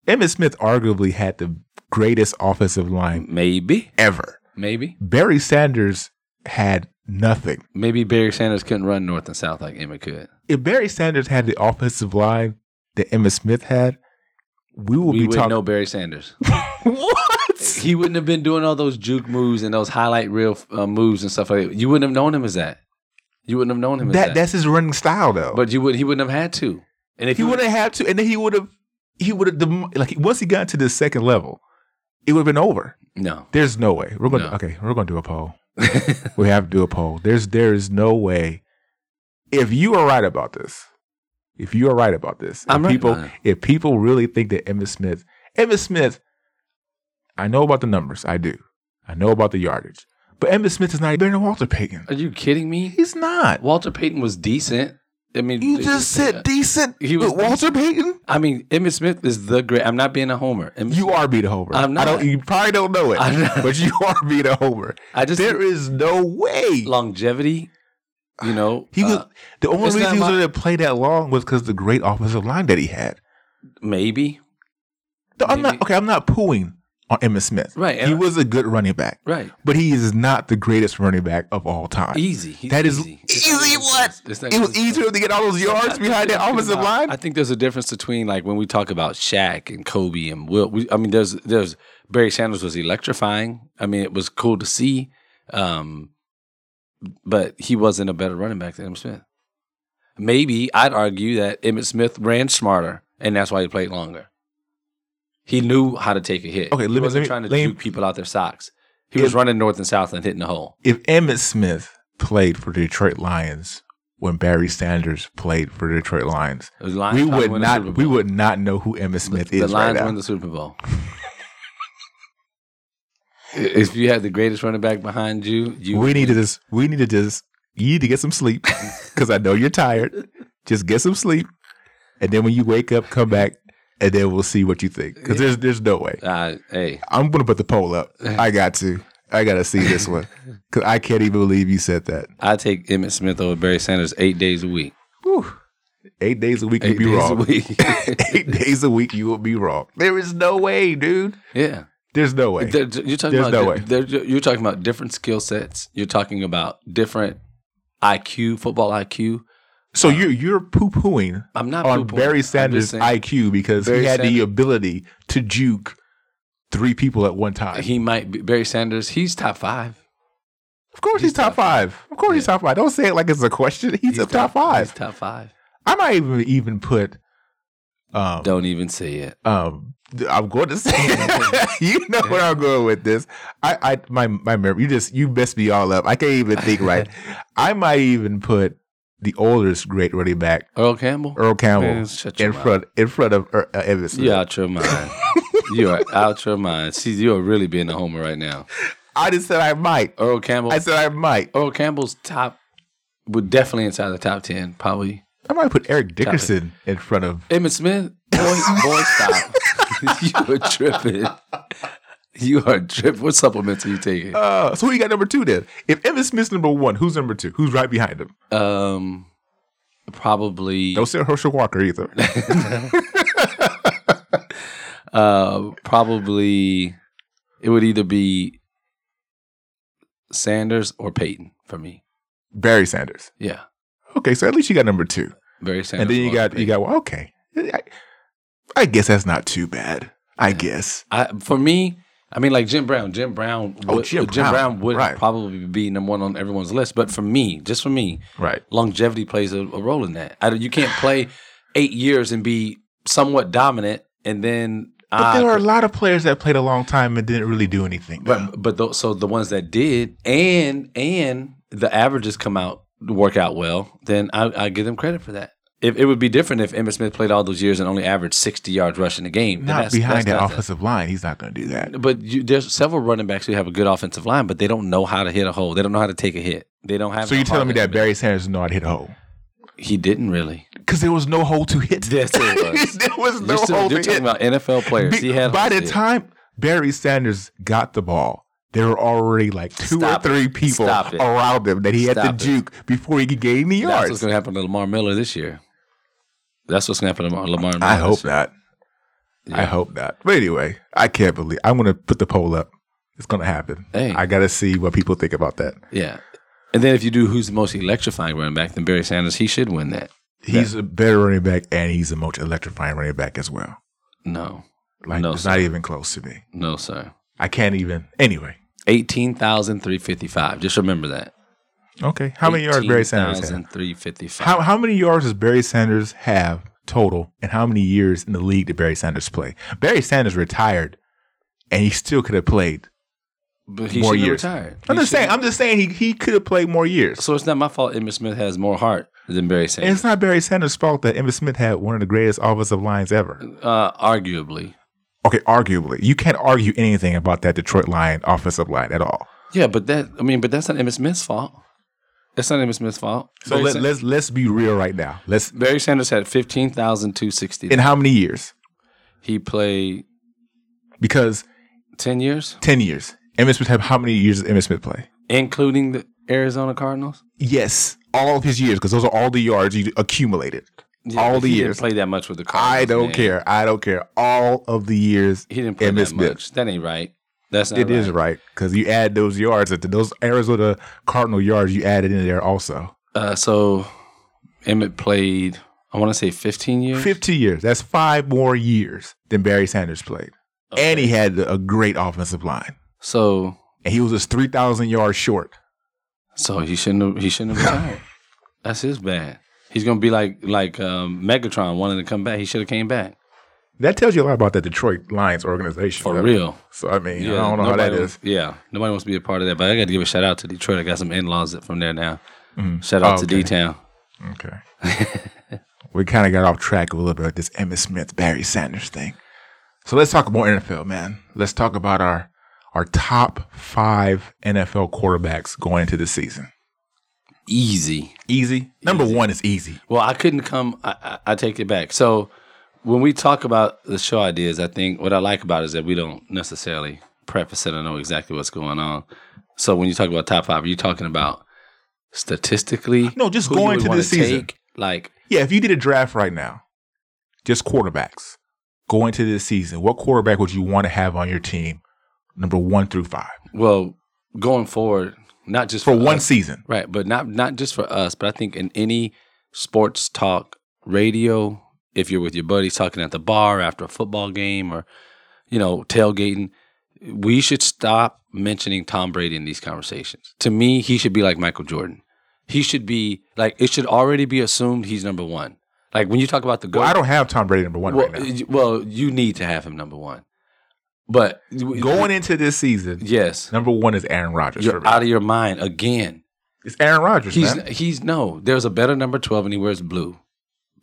Speaker 1: Emmett Smith arguably had the greatest offensive line
Speaker 2: Maybe,
Speaker 1: ever.
Speaker 2: maybe,
Speaker 1: Barry Sanders had nothing.
Speaker 2: maybe Barry Sanders couldn't run north and south like Emmitt could.
Speaker 1: If Barry Sanders had the offensive line that Emmett Smith had, we will
Speaker 2: we
Speaker 1: be
Speaker 2: wouldn't
Speaker 1: talking.
Speaker 2: know Barry Sanders.
Speaker 1: what?
Speaker 2: he wouldn't have been doing all those juke moves and those highlight reel uh, moves and stuff like that. You wouldn't have known him as that. You wouldn't have known him as
Speaker 1: That
Speaker 2: that.
Speaker 1: that's his running style though.
Speaker 2: but you would. He wouldn't have had to. And if
Speaker 1: he
Speaker 2: you
Speaker 1: would have had to, and then he would have, he would have dem- like once he got to the second level, it would have been over.
Speaker 2: no,
Speaker 1: There's no way we're gonna
Speaker 2: No.
Speaker 1: okay. We're gonna do a poll. we have to do a poll. There's there is no way. If you are right about this, if you are right about this, if
Speaker 2: I'm right
Speaker 1: people
Speaker 2: about it.
Speaker 1: if people really think that Emmitt Smith, Emmitt Smith, I know about the numbers, I do, I know about the yardage, but Emmitt Smith is not better than Walter Payton.
Speaker 2: are you kidding me?
Speaker 1: He's not.
Speaker 2: Walter Payton was decent. I mean,
Speaker 1: You just said decent.
Speaker 2: He was
Speaker 1: but Walter Payton.
Speaker 2: I mean, Emmitt Smith is the great. I'm not being a homer. Emmitt
Speaker 1: You
Speaker 2: Smith-
Speaker 1: are beat a homer.
Speaker 2: I'm
Speaker 1: I
Speaker 2: not.
Speaker 1: don't, you probably don't know it,
Speaker 2: I'm not.
Speaker 1: but you are beat a homer.
Speaker 2: I just
Speaker 1: there is no way.
Speaker 2: longevity. You know,
Speaker 1: He was
Speaker 2: uh,
Speaker 1: the only
Speaker 2: it's
Speaker 1: reason
Speaker 2: not
Speaker 1: he was
Speaker 2: my-
Speaker 1: able to play that long was because the great offensive line that he had.
Speaker 2: maybe
Speaker 1: No, I'm
Speaker 2: Maybe.
Speaker 1: not okay. I'm not pooing on Emmitt Smith.
Speaker 2: Right,
Speaker 1: he
Speaker 2: and-
Speaker 1: was a good running back,
Speaker 2: right.
Speaker 1: but he is not the greatest running back of all time.
Speaker 2: Easy. He's
Speaker 1: That is
Speaker 2: easy. It's not
Speaker 1: easy.
Speaker 2: even
Speaker 1: What?
Speaker 2: close. It's not
Speaker 1: It was
Speaker 2: even
Speaker 1: easier
Speaker 2: close.
Speaker 1: to get all those yards behind that offensive
Speaker 2: about-
Speaker 1: line.
Speaker 2: I think there's a difference between like when we talk about Shaq and Kobe and Will. We, I mean, there's there's Barry Sanders was electrifying. I mean, it was cool to see, um, but he wasn't a better running back than Emmitt Smith. Maybe I'd argue that Emmitt Smith ran smarter, and that's why he played longer. He knew how to take a hit.
Speaker 1: Okay, let
Speaker 2: he
Speaker 1: me-
Speaker 2: wasn't
Speaker 1: let me-
Speaker 2: trying to
Speaker 1: let me-
Speaker 2: juke people out their socks. He
Speaker 1: If-
Speaker 2: was running north and south and hitting the hole.
Speaker 1: if Emmett Smith played for the Detroit Lions when Barry Sanders played for the Detroit Lions,
Speaker 2: It was Lions
Speaker 1: we
Speaker 2: probably
Speaker 1: would
Speaker 2: win the Super
Speaker 1: not we
Speaker 2: Bowl.
Speaker 1: would not know who Emmett Smith
Speaker 2: the
Speaker 1: is right
Speaker 2: Lions
Speaker 1: now.
Speaker 2: won the Super Bowl. if you had the greatest running back behind you, you
Speaker 1: we need to just we need to just you need to get some sleep because I know you're tired. Just get some sleep, and then when you wake up, come back, and then we'll see what you think. Because there's there's no way.
Speaker 2: Uh, hey,
Speaker 1: I'm gonna put the poll up. I got to. I gotta see this one because I can't even believe you said that.
Speaker 2: I take Emmett Smith over Barry Sanders eight days a week.
Speaker 1: Whew. Eight days a week, you'll
Speaker 2: Eight
Speaker 1: be
Speaker 2: days a
Speaker 1: wrong.
Speaker 2: week.
Speaker 1: Eight days a week, you will be wrong. There is no way, dude.
Speaker 2: yeah.
Speaker 1: There's no way.
Speaker 2: They're- you're talking
Speaker 1: There's no
Speaker 2: about di-
Speaker 1: way.
Speaker 2: they're- you're talking about different skill sets. You're talking about different IQ, football IQ.
Speaker 1: So you you're poo pooing
Speaker 2: I'm not
Speaker 1: on
Speaker 2: poo-pooing. I'm
Speaker 1: Barry
Speaker 2: just
Speaker 1: Sanders'
Speaker 2: saying
Speaker 1: IQ because
Speaker 2: Barry
Speaker 1: he had the
Speaker 2: Sanders-
Speaker 1: ability to juke three people at one time.
Speaker 2: He might be Barry Sanders. He's top five.
Speaker 1: of course, he's,
Speaker 2: he's
Speaker 1: top
Speaker 2: top
Speaker 1: five. Of course, he's top five. Don't say it like it's a question. He's, a top,
Speaker 2: He's
Speaker 1: five.
Speaker 2: top five.
Speaker 1: I might even even put. Um,
Speaker 2: Don't even say it.
Speaker 1: um, th- I'm going to say, you know where I'm going with this. I, I, my, my memory. You just you messed me all up. I can't even think right. I might even put the oldest great running back
Speaker 2: Earl Campbell.
Speaker 1: Earl Campbell
Speaker 2: Man, shut your
Speaker 1: in
Speaker 2: mouth.
Speaker 1: front in front of uh, uh, Evan Smith.
Speaker 2: You out your mind. you are out your mind. See, you are really being a homer right now.
Speaker 1: I just said I might.
Speaker 2: Earl Campbell.
Speaker 1: I said I might.
Speaker 2: Earl Campbell's top would definitely inside the top ten, probably.
Speaker 1: I might put Eric Dickerson in front of.
Speaker 2: Emmett Smith, boy, boy, stop. you are tripping. You are tripping. What supplements are you taking?
Speaker 1: Uh, so who you got number two then? If Evan Smith's number one, who's number two? Who's right behind him?
Speaker 2: Um, probably,
Speaker 1: Don't say Herschel Walker either.
Speaker 2: uh, probably it would either be Sanders or Peyton for me.
Speaker 1: Barry Sanders.
Speaker 2: Yeah,
Speaker 1: Okay, so at least you got number two.
Speaker 2: very Sanders.
Speaker 1: and then you
Speaker 2: or
Speaker 1: got you
Speaker 2: Peyton.
Speaker 1: got well, okay. I, I guess that's not too bad. I guess.
Speaker 2: I, for me, I mean, like Jim Brown. Jim Brown. Would,
Speaker 1: Oh, Jim
Speaker 2: Jim,
Speaker 1: Brown,
Speaker 2: Brown. would
Speaker 1: right.
Speaker 2: probably be number one on everyone's list. But for me, just for me,
Speaker 1: Right.
Speaker 2: longevity plays a, a role in that. I, don't- you can't play eight years and be somewhat dominant, and then
Speaker 1: Uh, But there were a lot of players that played a long time and didn't really do anything. though.
Speaker 2: but, but tho- so the ones that did, and and the averages come out work out well, then I, I give them credit for that. If it would be different if Emmitt Smith played all those years and only averaged sixty yards rushing a game, then
Speaker 1: not
Speaker 2: that's-
Speaker 1: behind
Speaker 2: that's
Speaker 1: that
Speaker 2: nothing.
Speaker 1: offensive line, he's not going to do that.
Speaker 2: But you, there's several running backs who have a good offensive line, but they don't know how to hit a hole. They don't know how to take a hit. They don't have.
Speaker 1: So
Speaker 2: no
Speaker 1: you're telling me
Speaker 2: hard-
Speaker 1: that Barry Sanders did not hit a hole
Speaker 2: he didn't really?
Speaker 1: because there was no hole to hit.
Speaker 2: Yes, it was.
Speaker 1: there was no
Speaker 2: you're still-
Speaker 1: hole
Speaker 2: you're
Speaker 1: to hit.
Speaker 2: talking about NFL players.
Speaker 1: Be-
Speaker 2: he had
Speaker 1: by the
Speaker 2: holes.
Speaker 1: time Barry Sanders got the ball, there were already like two
Speaker 2: Stop
Speaker 1: or
Speaker 2: it.
Speaker 1: three people
Speaker 2: Stop it.
Speaker 1: around him that he had
Speaker 2: Stop it.
Speaker 1: to juke before he could get any
Speaker 2: That's what's
Speaker 1: yards.
Speaker 2: going to happen to Lamar Miller this year. That's what's going to happen to Lamar, Lamar Miller.
Speaker 1: I hope
Speaker 2: this year.
Speaker 1: not. I
Speaker 2: Yeah.
Speaker 1: hope not. But anyway, I can't believe I'm gonna put the poll up. It's gonna happen.
Speaker 2: Hey.
Speaker 1: I gotta see what people think about that.
Speaker 2: Yeah. And then if you do who's the most electrifying running back, then Barry Sanders, he should win that.
Speaker 1: He's a better running back and he's a most electrifying running back as well.
Speaker 2: No.
Speaker 1: Like
Speaker 2: No,
Speaker 1: it's
Speaker 2: sir.
Speaker 1: not even close to me.
Speaker 2: No, sir.
Speaker 1: I can't even anyway.
Speaker 2: 18,355. Just remember that.
Speaker 1: Okay. How many yards Barry Sanders had?
Speaker 2: 18,355.
Speaker 1: How how many yards does Barry Sanders have total and how many years in the league did Barry Sanders play? Barry Sanders retired and he still could have played.
Speaker 2: But he
Speaker 1: more
Speaker 2: should have
Speaker 1: years.
Speaker 2: retired.
Speaker 1: I'm
Speaker 2: He
Speaker 1: just saying
Speaker 2: should've-
Speaker 1: I'm just saying he, he could have played more years.
Speaker 2: So it's not my fault Emmitt Smith has more heart than Barry
Speaker 1: And it's
Speaker 2: Sanders.
Speaker 1: not Barry Sanders' fault that Emmitt Smith had one of the greatest offensive lines ever.
Speaker 2: Uh, arguably.
Speaker 1: Okay, arguably, you can't argue anything about that Detroit Lion offensive line at all.
Speaker 2: Yeah, but that, I mean, but that's not Emmitt Smith's fault. That's not Emmitt Smith's fault.
Speaker 1: So
Speaker 2: Barry
Speaker 1: let,
Speaker 2: Sa-
Speaker 1: let's let's be real right now. Let's
Speaker 2: Barry Sanders had 15,260.
Speaker 1: in how many years?
Speaker 2: He played
Speaker 1: Because
Speaker 2: 10 years,
Speaker 1: ten years. Emmitt Smith had how many years did Emmitt Smith play?
Speaker 2: including the Arizona Cardinals.
Speaker 1: Yes, all of his years because those are all the yards you accumulated.
Speaker 2: Yeah,
Speaker 1: all
Speaker 2: but
Speaker 1: the
Speaker 2: he
Speaker 1: years.
Speaker 2: Didn't play that much with the Cardinals.
Speaker 1: I don't
Speaker 2: man.
Speaker 1: care. I don't care. All of the years
Speaker 2: He didn't play
Speaker 1: Emmitt
Speaker 2: that
Speaker 1: Smith.
Speaker 2: much. That ain't right. That's not
Speaker 1: It
Speaker 2: right.
Speaker 1: is right because you add those yards, those Arizona Cardinal yards you added in there also.
Speaker 2: Uh, so Emmett played. I want to say 15 years.
Speaker 1: 50 years. That's five more years than Barry Sanders played. And he had a great offensive line.
Speaker 2: So
Speaker 1: And he was just 3,000 yards short.
Speaker 2: so he shouldn't have, he shouldn't have retired. That's his bad. He's gonna be like like um, Megatron wanting to come back. He should have came back
Speaker 1: That tells you a lot about the Detroit Lions organization.
Speaker 2: for real.
Speaker 1: So, I mean, I don't know how
Speaker 2: nobody
Speaker 1: that
Speaker 2: wants-
Speaker 1: is.
Speaker 2: Yeah, nobody wants to be a part of that. But I got to give a shout out to Detroit. I got some in laws from there now. Shout out
Speaker 1: Oh,
Speaker 2: to
Speaker 1: okay.
Speaker 2: D Town.
Speaker 1: Okay. we kind of got off track a little bit with this Emmitt Smith, Barry Sanders thing. So let's talk more NFL, man. Let's talk about our our top five NFL quarterbacks going into the season.
Speaker 2: Easy.
Speaker 1: Easy. Number one is easy.
Speaker 2: Well, I couldn't come. I, I, I take it back. So when we talk about the show ideas, I think what I like about it is that we don't necessarily preface it. I know exactly what's going on. So when you talk about top five, you're talking about statistically.
Speaker 1: No, just
Speaker 2: who you
Speaker 1: going
Speaker 2: would
Speaker 1: to
Speaker 2: wanna
Speaker 1: this season.
Speaker 2: Take, like
Speaker 1: Yeah, if you did a draft right now, just quarterbacks going to this season, what quarterback would you want to have on your team, number one through five,
Speaker 2: Well, going forward, not just
Speaker 1: for one
Speaker 2: us,
Speaker 1: season?
Speaker 2: right, but not not just for us, but I think in any sports talk radio, if you're with your buddies talking at the bar after a football game or you know tailgating, we should stop mentioning Tom Brady in these conversations. To me, he should be like Michael Jordan. He should be like it should already be assumed he's number one. Like when you talk about the goat,
Speaker 1: Well, I don't have Tom Brady number one
Speaker 2: well,
Speaker 1: right now.
Speaker 2: y- well, you need to have him number one. But
Speaker 1: Going into this season,
Speaker 2: yes,
Speaker 1: number one is Aaron Rodgers. for
Speaker 2: you're
Speaker 1: me.
Speaker 2: out of your mind again.
Speaker 1: It's Aaron Rodgers,
Speaker 2: He's
Speaker 1: man.
Speaker 2: he's no. There's a better number twelve, and he wears blue.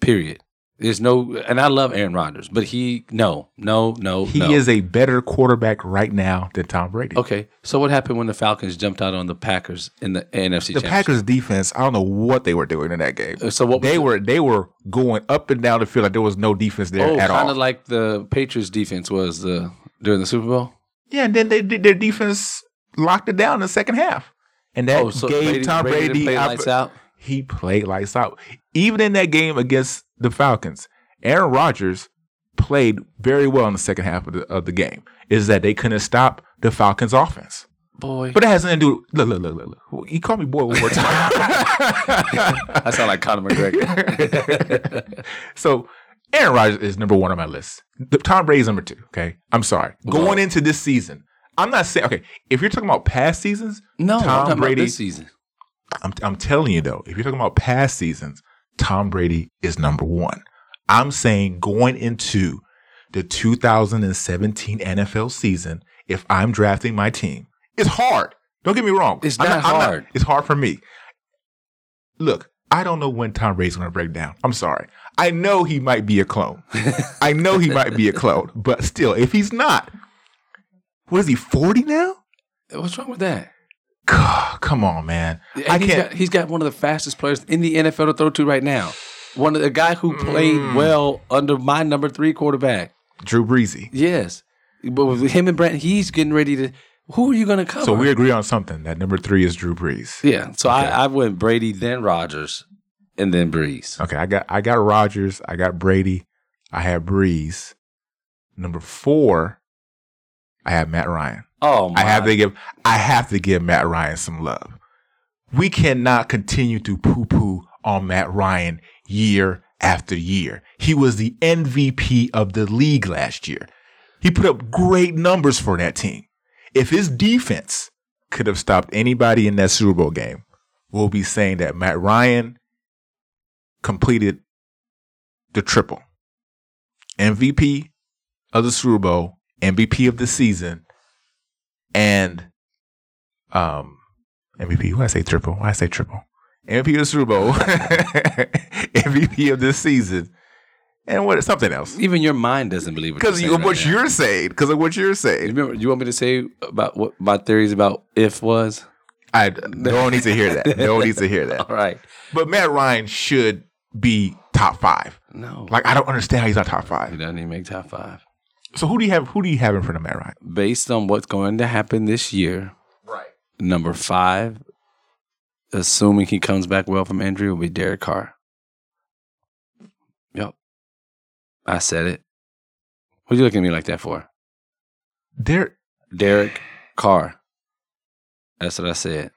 Speaker 2: Period. There's no, and I love Aaron Rodgers, but he no, no, no.
Speaker 1: He
Speaker 2: no.
Speaker 1: is a better quarterback right now than Tom Brady.
Speaker 2: okay. So what happened when the Falcons jumped out on the Packers in the NFC?
Speaker 1: The Packers defense, I don't know what they were doing in that game.
Speaker 2: So what was
Speaker 1: They
Speaker 2: it?
Speaker 1: were they were going up and down the field like there was no defense there
Speaker 2: Oh,
Speaker 1: at all.
Speaker 2: kind of like the Patriots defense was the during the Super Bowl.
Speaker 1: yeah, and then they did their defense locked it down in the second half. And that
Speaker 2: oh, so
Speaker 1: gave
Speaker 2: Brady,
Speaker 1: Tom
Speaker 2: Brady,
Speaker 1: Brady,
Speaker 2: didn't play
Speaker 1: opp-
Speaker 2: lights out.
Speaker 1: he played lights out. Even in that game against the Falcons, Aaron Rodgers played very well in the second half of the, of the game. Is that they couldn't stop the Falcons offense.
Speaker 2: Boy,
Speaker 1: But it has nothing to do look, look, look, look, look. You call me boy one more time.
Speaker 2: I sound like Conor McGregor.
Speaker 1: So Aaron Rodgers is number one on my list. The, Tom Brady's number two. Okay, I'm sorry. Going into this season, I'm not saying okay. If you're talking about past seasons,
Speaker 2: no, I'm
Speaker 1: Tom
Speaker 2: talking
Speaker 1: Brady-
Speaker 2: about this season.
Speaker 1: I'm I'm telling you though, if you're talking about past seasons, Tom Brady is number one. I'm saying going into the 2017 NFL season, if I'm drafting my team, it's hard. Don't get me wrong.
Speaker 2: It's
Speaker 1: I'm
Speaker 2: not
Speaker 1: I'm
Speaker 2: hard.
Speaker 1: it's hard for me. Look, I don't know when Tom Brady's going to break down. I'm sorry. I know he might be a clone. I know he might be a clone, but still, if he's not, what is he, 40 now?
Speaker 2: What's wrong with that?
Speaker 1: God, come on, man.
Speaker 2: And
Speaker 1: I
Speaker 2: he's
Speaker 1: can't.
Speaker 2: got- he's got one of the fastest players in the NFL to throw to right now. One of the guy who played
Speaker 1: Mm.
Speaker 2: well under my number three quarterback.
Speaker 1: Drew Breezy.
Speaker 2: Yes, but with him and Brent, he's getting ready to. Who are you going to cover?
Speaker 1: So we agree on something. That number three is Drew Brees.
Speaker 2: Yeah, so I, I went Brady, then Rogers, and then Breeze.
Speaker 1: Okay, I got I got Rogers, I got Brady, I had Brees. Number four, I have Matt Ryan.
Speaker 2: Oh my!
Speaker 1: I have to give I have to give Matt Ryan some love. We cannot continue to poo poo on Matt Ryan year after year. He was the MVP of the league last year. He put up great numbers for that team. If his defense could have stopped anybody in that Super Bowl game, we'll be saying that Matt Ryan completed the triple MVP of the Super Bowl, MVP of the season, and um MVP. Why I say triple? Why I say triple? MVP of the Super Bowl, MVP of this season, and what something else
Speaker 2: Even your mind doesn't believe it.
Speaker 1: because
Speaker 2: you
Speaker 1: of what you're saying. Because of what you're saying,
Speaker 2: Remember, you want me to say about what my theories about if was?
Speaker 1: I no one needs to hear that. No one needs to hear that.
Speaker 2: All right.
Speaker 1: But Matt Ryan should be top five.
Speaker 2: No,
Speaker 1: Like I don't understand how he's not top
Speaker 2: he
Speaker 1: five.
Speaker 2: doesn't even make top five.
Speaker 1: So who do you have? Who do you have in front of Matt Ryan?
Speaker 2: based on what's going to happen this year,
Speaker 1: Right.
Speaker 2: number five, assuming he comes back well from injury, will be Derek Carr. Yep. I said it. What are you looking at me like that for?
Speaker 1: There.
Speaker 2: Derek Carr. That's what I said.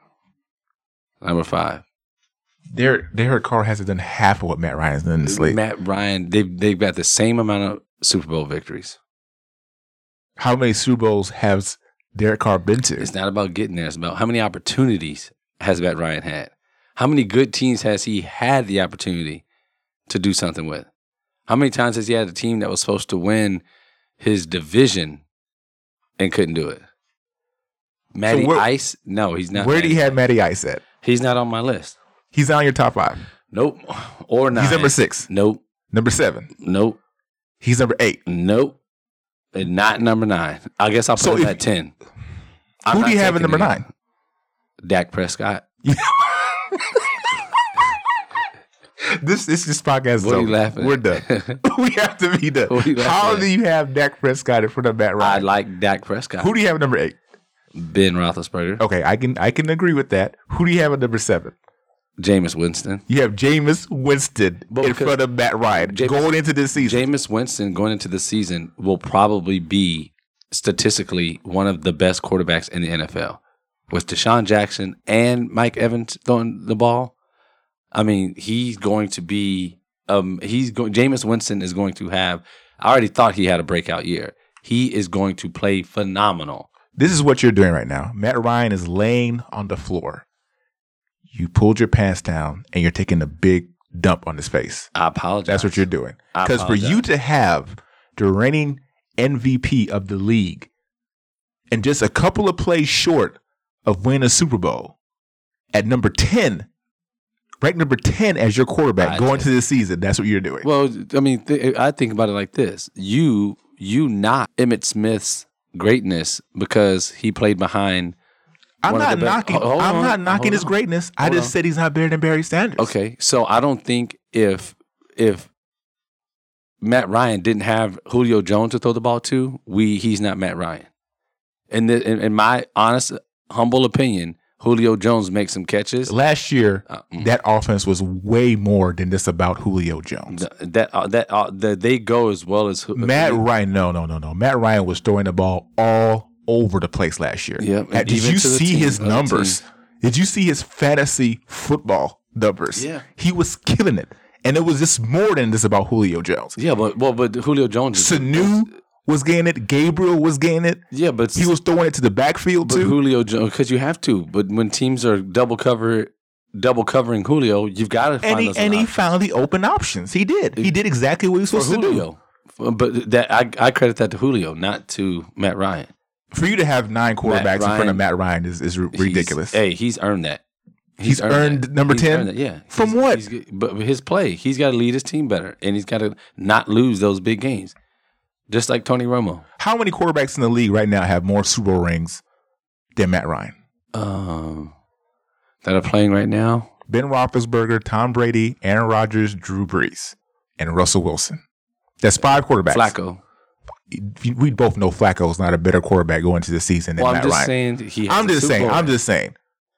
Speaker 2: Number five.
Speaker 1: Derek, Derek Carr hasn't done half of what Matt Ryan's done in this league.
Speaker 2: Matt Ryan, they've, they've got the same amount of Super Bowl victories.
Speaker 1: How many Super Bowls has Derek Carr been to?
Speaker 2: It's not about getting there. It's about how many opportunities has Matt Ryan had? How many good teams has he had the opportunity to do something with? How many times has he had a team that was supposed to win his division and couldn't do it? Matty
Speaker 1: where-
Speaker 2: Ice? No, he's not.
Speaker 1: Where do you
Speaker 2: Matty-
Speaker 1: have Matty Ice at?
Speaker 2: He's not on my list.
Speaker 1: He's on your top five.
Speaker 2: Nope. Or not.
Speaker 1: He's number six,
Speaker 2: Nope.
Speaker 1: number seven.
Speaker 2: Nope.
Speaker 1: He's number eight.
Speaker 2: Nope. And not number nine. I guess I'll put
Speaker 1: So
Speaker 2: him
Speaker 1: if-
Speaker 2: at 10.
Speaker 1: Who do you have at number nine?
Speaker 2: Dak Prescott.
Speaker 1: This this this podcast is
Speaker 2: What are you
Speaker 1: over.
Speaker 2: laughing
Speaker 1: We're
Speaker 2: at?
Speaker 1: done. we have to be done.
Speaker 2: What are you laughing
Speaker 1: How
Speaker 2: at?
Speaker 1: do you have Dak Prescott in front of Matt
Speaker 2: I
Speaker 1: Ryan?
Speaker 2: like Dak Prescott.
Speaker 1: Who Oh. do you have at number eight?
Speaker 2: Ben Roethlisberger.
Speaker 1: Okay, I can I can agree with that. Who do you have at number seven?
Speaker 2: Jameis Winston.
Speaker 1: You have Jameis Winston
Speaker 2: But
Speaker 1: in
Speaker 2: because-
Speaker 1: front of Matt Ryan
Speaker 2: Jameis-
Speaker 1: going into this season.
Speaker 2: Jameis Winston going into the season will probably be statistically one of the best quarterbacks in the NFL. With Deshaun Jackson and Mike Evans throwing the ball, I mean, he's going to be um he's going Jameis Winston is going to have I already thought he had a breakout year. He is going to play phenomenal.
Speaker 1: this is what you're doing right now. Matt Ryan is laying on the floor. You pulled your pants down and you're taking a big dump on his face.
Speaker 2: I apologize.
Speaker 1: That's what you're doing.
Speaker 2: I
Speaker 1: Because for you to have the reigning MVP of the league and just a couple of plays short of winning a Super Bowl at number 10, ranked number 10 as your quarterback
Speaker 2: I
Speaker 1: going
Speaker 2: did.
Speaker 1: to this season, that's what you're doing.
Speaker 2: Well, I mean, th- I think about it like this: you you not Emmett Smith's greatness because he played behind.
Speaker 1: I'm
Speaker 2: one of
Speaker 1: not
Speaker 2: the best-
Speaker 1: knocking.
Speaker 2: Ho- hold
Speaker 1: I'm
Speaker 2: on,
Speaker 1: not knocking
Speaker 2: hold
Speaker 1: his
Speaker 2: on.
Speaker 1: greatness. I
Speaker 2: Hold
Speaker 1: just
Speaker 2: on.
Speaker 1: said he's not better than Barry Sanders.
Speaker 2: Okay, so I don't think if if Matt Ryan didn't have Julio Jones to throw the ball to, we he's not Matt Ryan. And the, in, in my honest, humble opinion, Julio Jones makes some catches.
Speaker 1: Last year,
Speaker 2: Uh, mm.
Speaker 1: that offense was way more than this about Julio Jones.
Speaker 2: Th- that uh, that uh, the, they go as well as Ju-
Speaker 1: Matt Ryan, no, no, no, no. Matt Ryan was throwing the ball all over the place last year.
Speaker 2: Yep,
Speaker 1: Uh,
Speaker 2: and
Speaker 1: Did
Speaker 2: even
Speaker 1: you
Speaker 2: to the
Speaker 1: see
Speaker 2: team,
Speaker 1: his
Speaker 2: other
Speaker 1: numbers? Did you see his fantasy football numbers?
Speaker 2: Yeah.
Speaker 1: He was killing it. And it was just more than this about Julio Jones.
Speaker 2: Yeah, but well, but uh, Julio Jones. Is,
Speaker 1: Sanu was getting it. Gabriel was getting it.
Speaker 2: yeah, but
Speaker 1: He was throwing it to the backfield,
Speaker 2: But
Speaker 1: too.
Speaker 2: Julio Jones, because you have to. But when teams are double cover, double covering Julio, you've got to find
Speaker 1: and he,
Speaker 2: those
Speaker 1: and he
Speaker 2: options
Speaker 1: found the open options. He did. He did exactly what he was
Speaker 2: for
Speaker 1: supposed to do.
Speaker 2: Julio. But that I, I credit that to Julio, not to Matt Ryan.
Speaker 1: For you to have nine quarterbacks in front of
Speaker 2: Ryan-
Speaker 1: Matt Ryan is, is r-
Speaker 2: He's-
Speaker 1: ridiculous.
Speaker 2: hey, he's earned that.
Speaker 1: He's earned
Speaker 2: that.
Speaker 1: number
Speaker 2: He's
Speaker 1: 10?
Speaker 2: earned that, Yeah.
Speaker 1: From
Speaker 2: He's-
Speaker 1: what?
Speaker 2: he's good. but with his play, he's got to lead his team better, and he's got to not lose those big games, just like Tony Romo.
Speaker 1: How many quarterbacks in the league right now have more Super Bowl rings than Matt Ryan?
Speaker 2: Um, that are playing right now.
Speaker 1: Ben Roethlisberger, Tom Brady, Aaron Rodgers, Drew Brees, and Russell Wilson. That's five quarterbacks.
Speaker 2: Flacco.
Speaker 1: We both know Flacco is not a better quarterback going into the season than
Speaker 2: Well, I'm
Speaker 1: Matt
Speaker 2: just
Speaker 1: Ryan.
Speaker 2: saying he. Has
Speaker 1: I'm
Speaker 2: a
Speaker 1: just
Speaker 2: Super
Speaker 1: saying.
Speaker 2: Bowl
Speaker 1: I'm
Speaker 2: ring.
Speaker 1: just saying.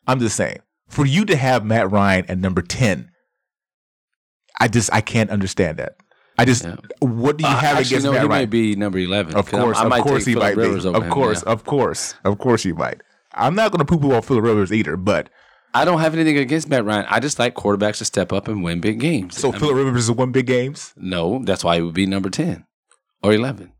Speaker 1: I'm just saying. For you to have Matt Ryan at number ten, I just I can't understand that. I just
Speaker 2: Yeah.
Speaker 1: what do you
Speaker 2: Uh,
Speaker 1: have
Speaker 2: actually,
Speaker 1: against
Speaker 2: no,
Speaker 1: Matt
Speaker 2: he
Speaker 1: Ryan?
Speaker 2: might be number eleven.
Speaker 1: Of
Speaker 2: 'cause I'm-
Speaker 1: course,
Speaker 2: I might
Speaker 1: of course
Speaker 2: take
Speaker 1: he
Speaker 2: Phillip
Speaker 1: might be.
Speaker 2: Rivers over
Speaker 1: Of
Speaker 2: him,
Speaker 1: course,
Speaker 2: yeah.
Speaker 1: of course, of course he might. I'm not going to poo-poo on Phillip Rivers either, but
Speaker 2: I don't have anything against Matt Ryan. I just like quarterbacks to step up and win big games.
Speaker 1: so
Speaker 2: I mean,
Speaker 1: Phillip Rivers has won big games.
Speaker 2: no, that's why he would be number ten or eleven.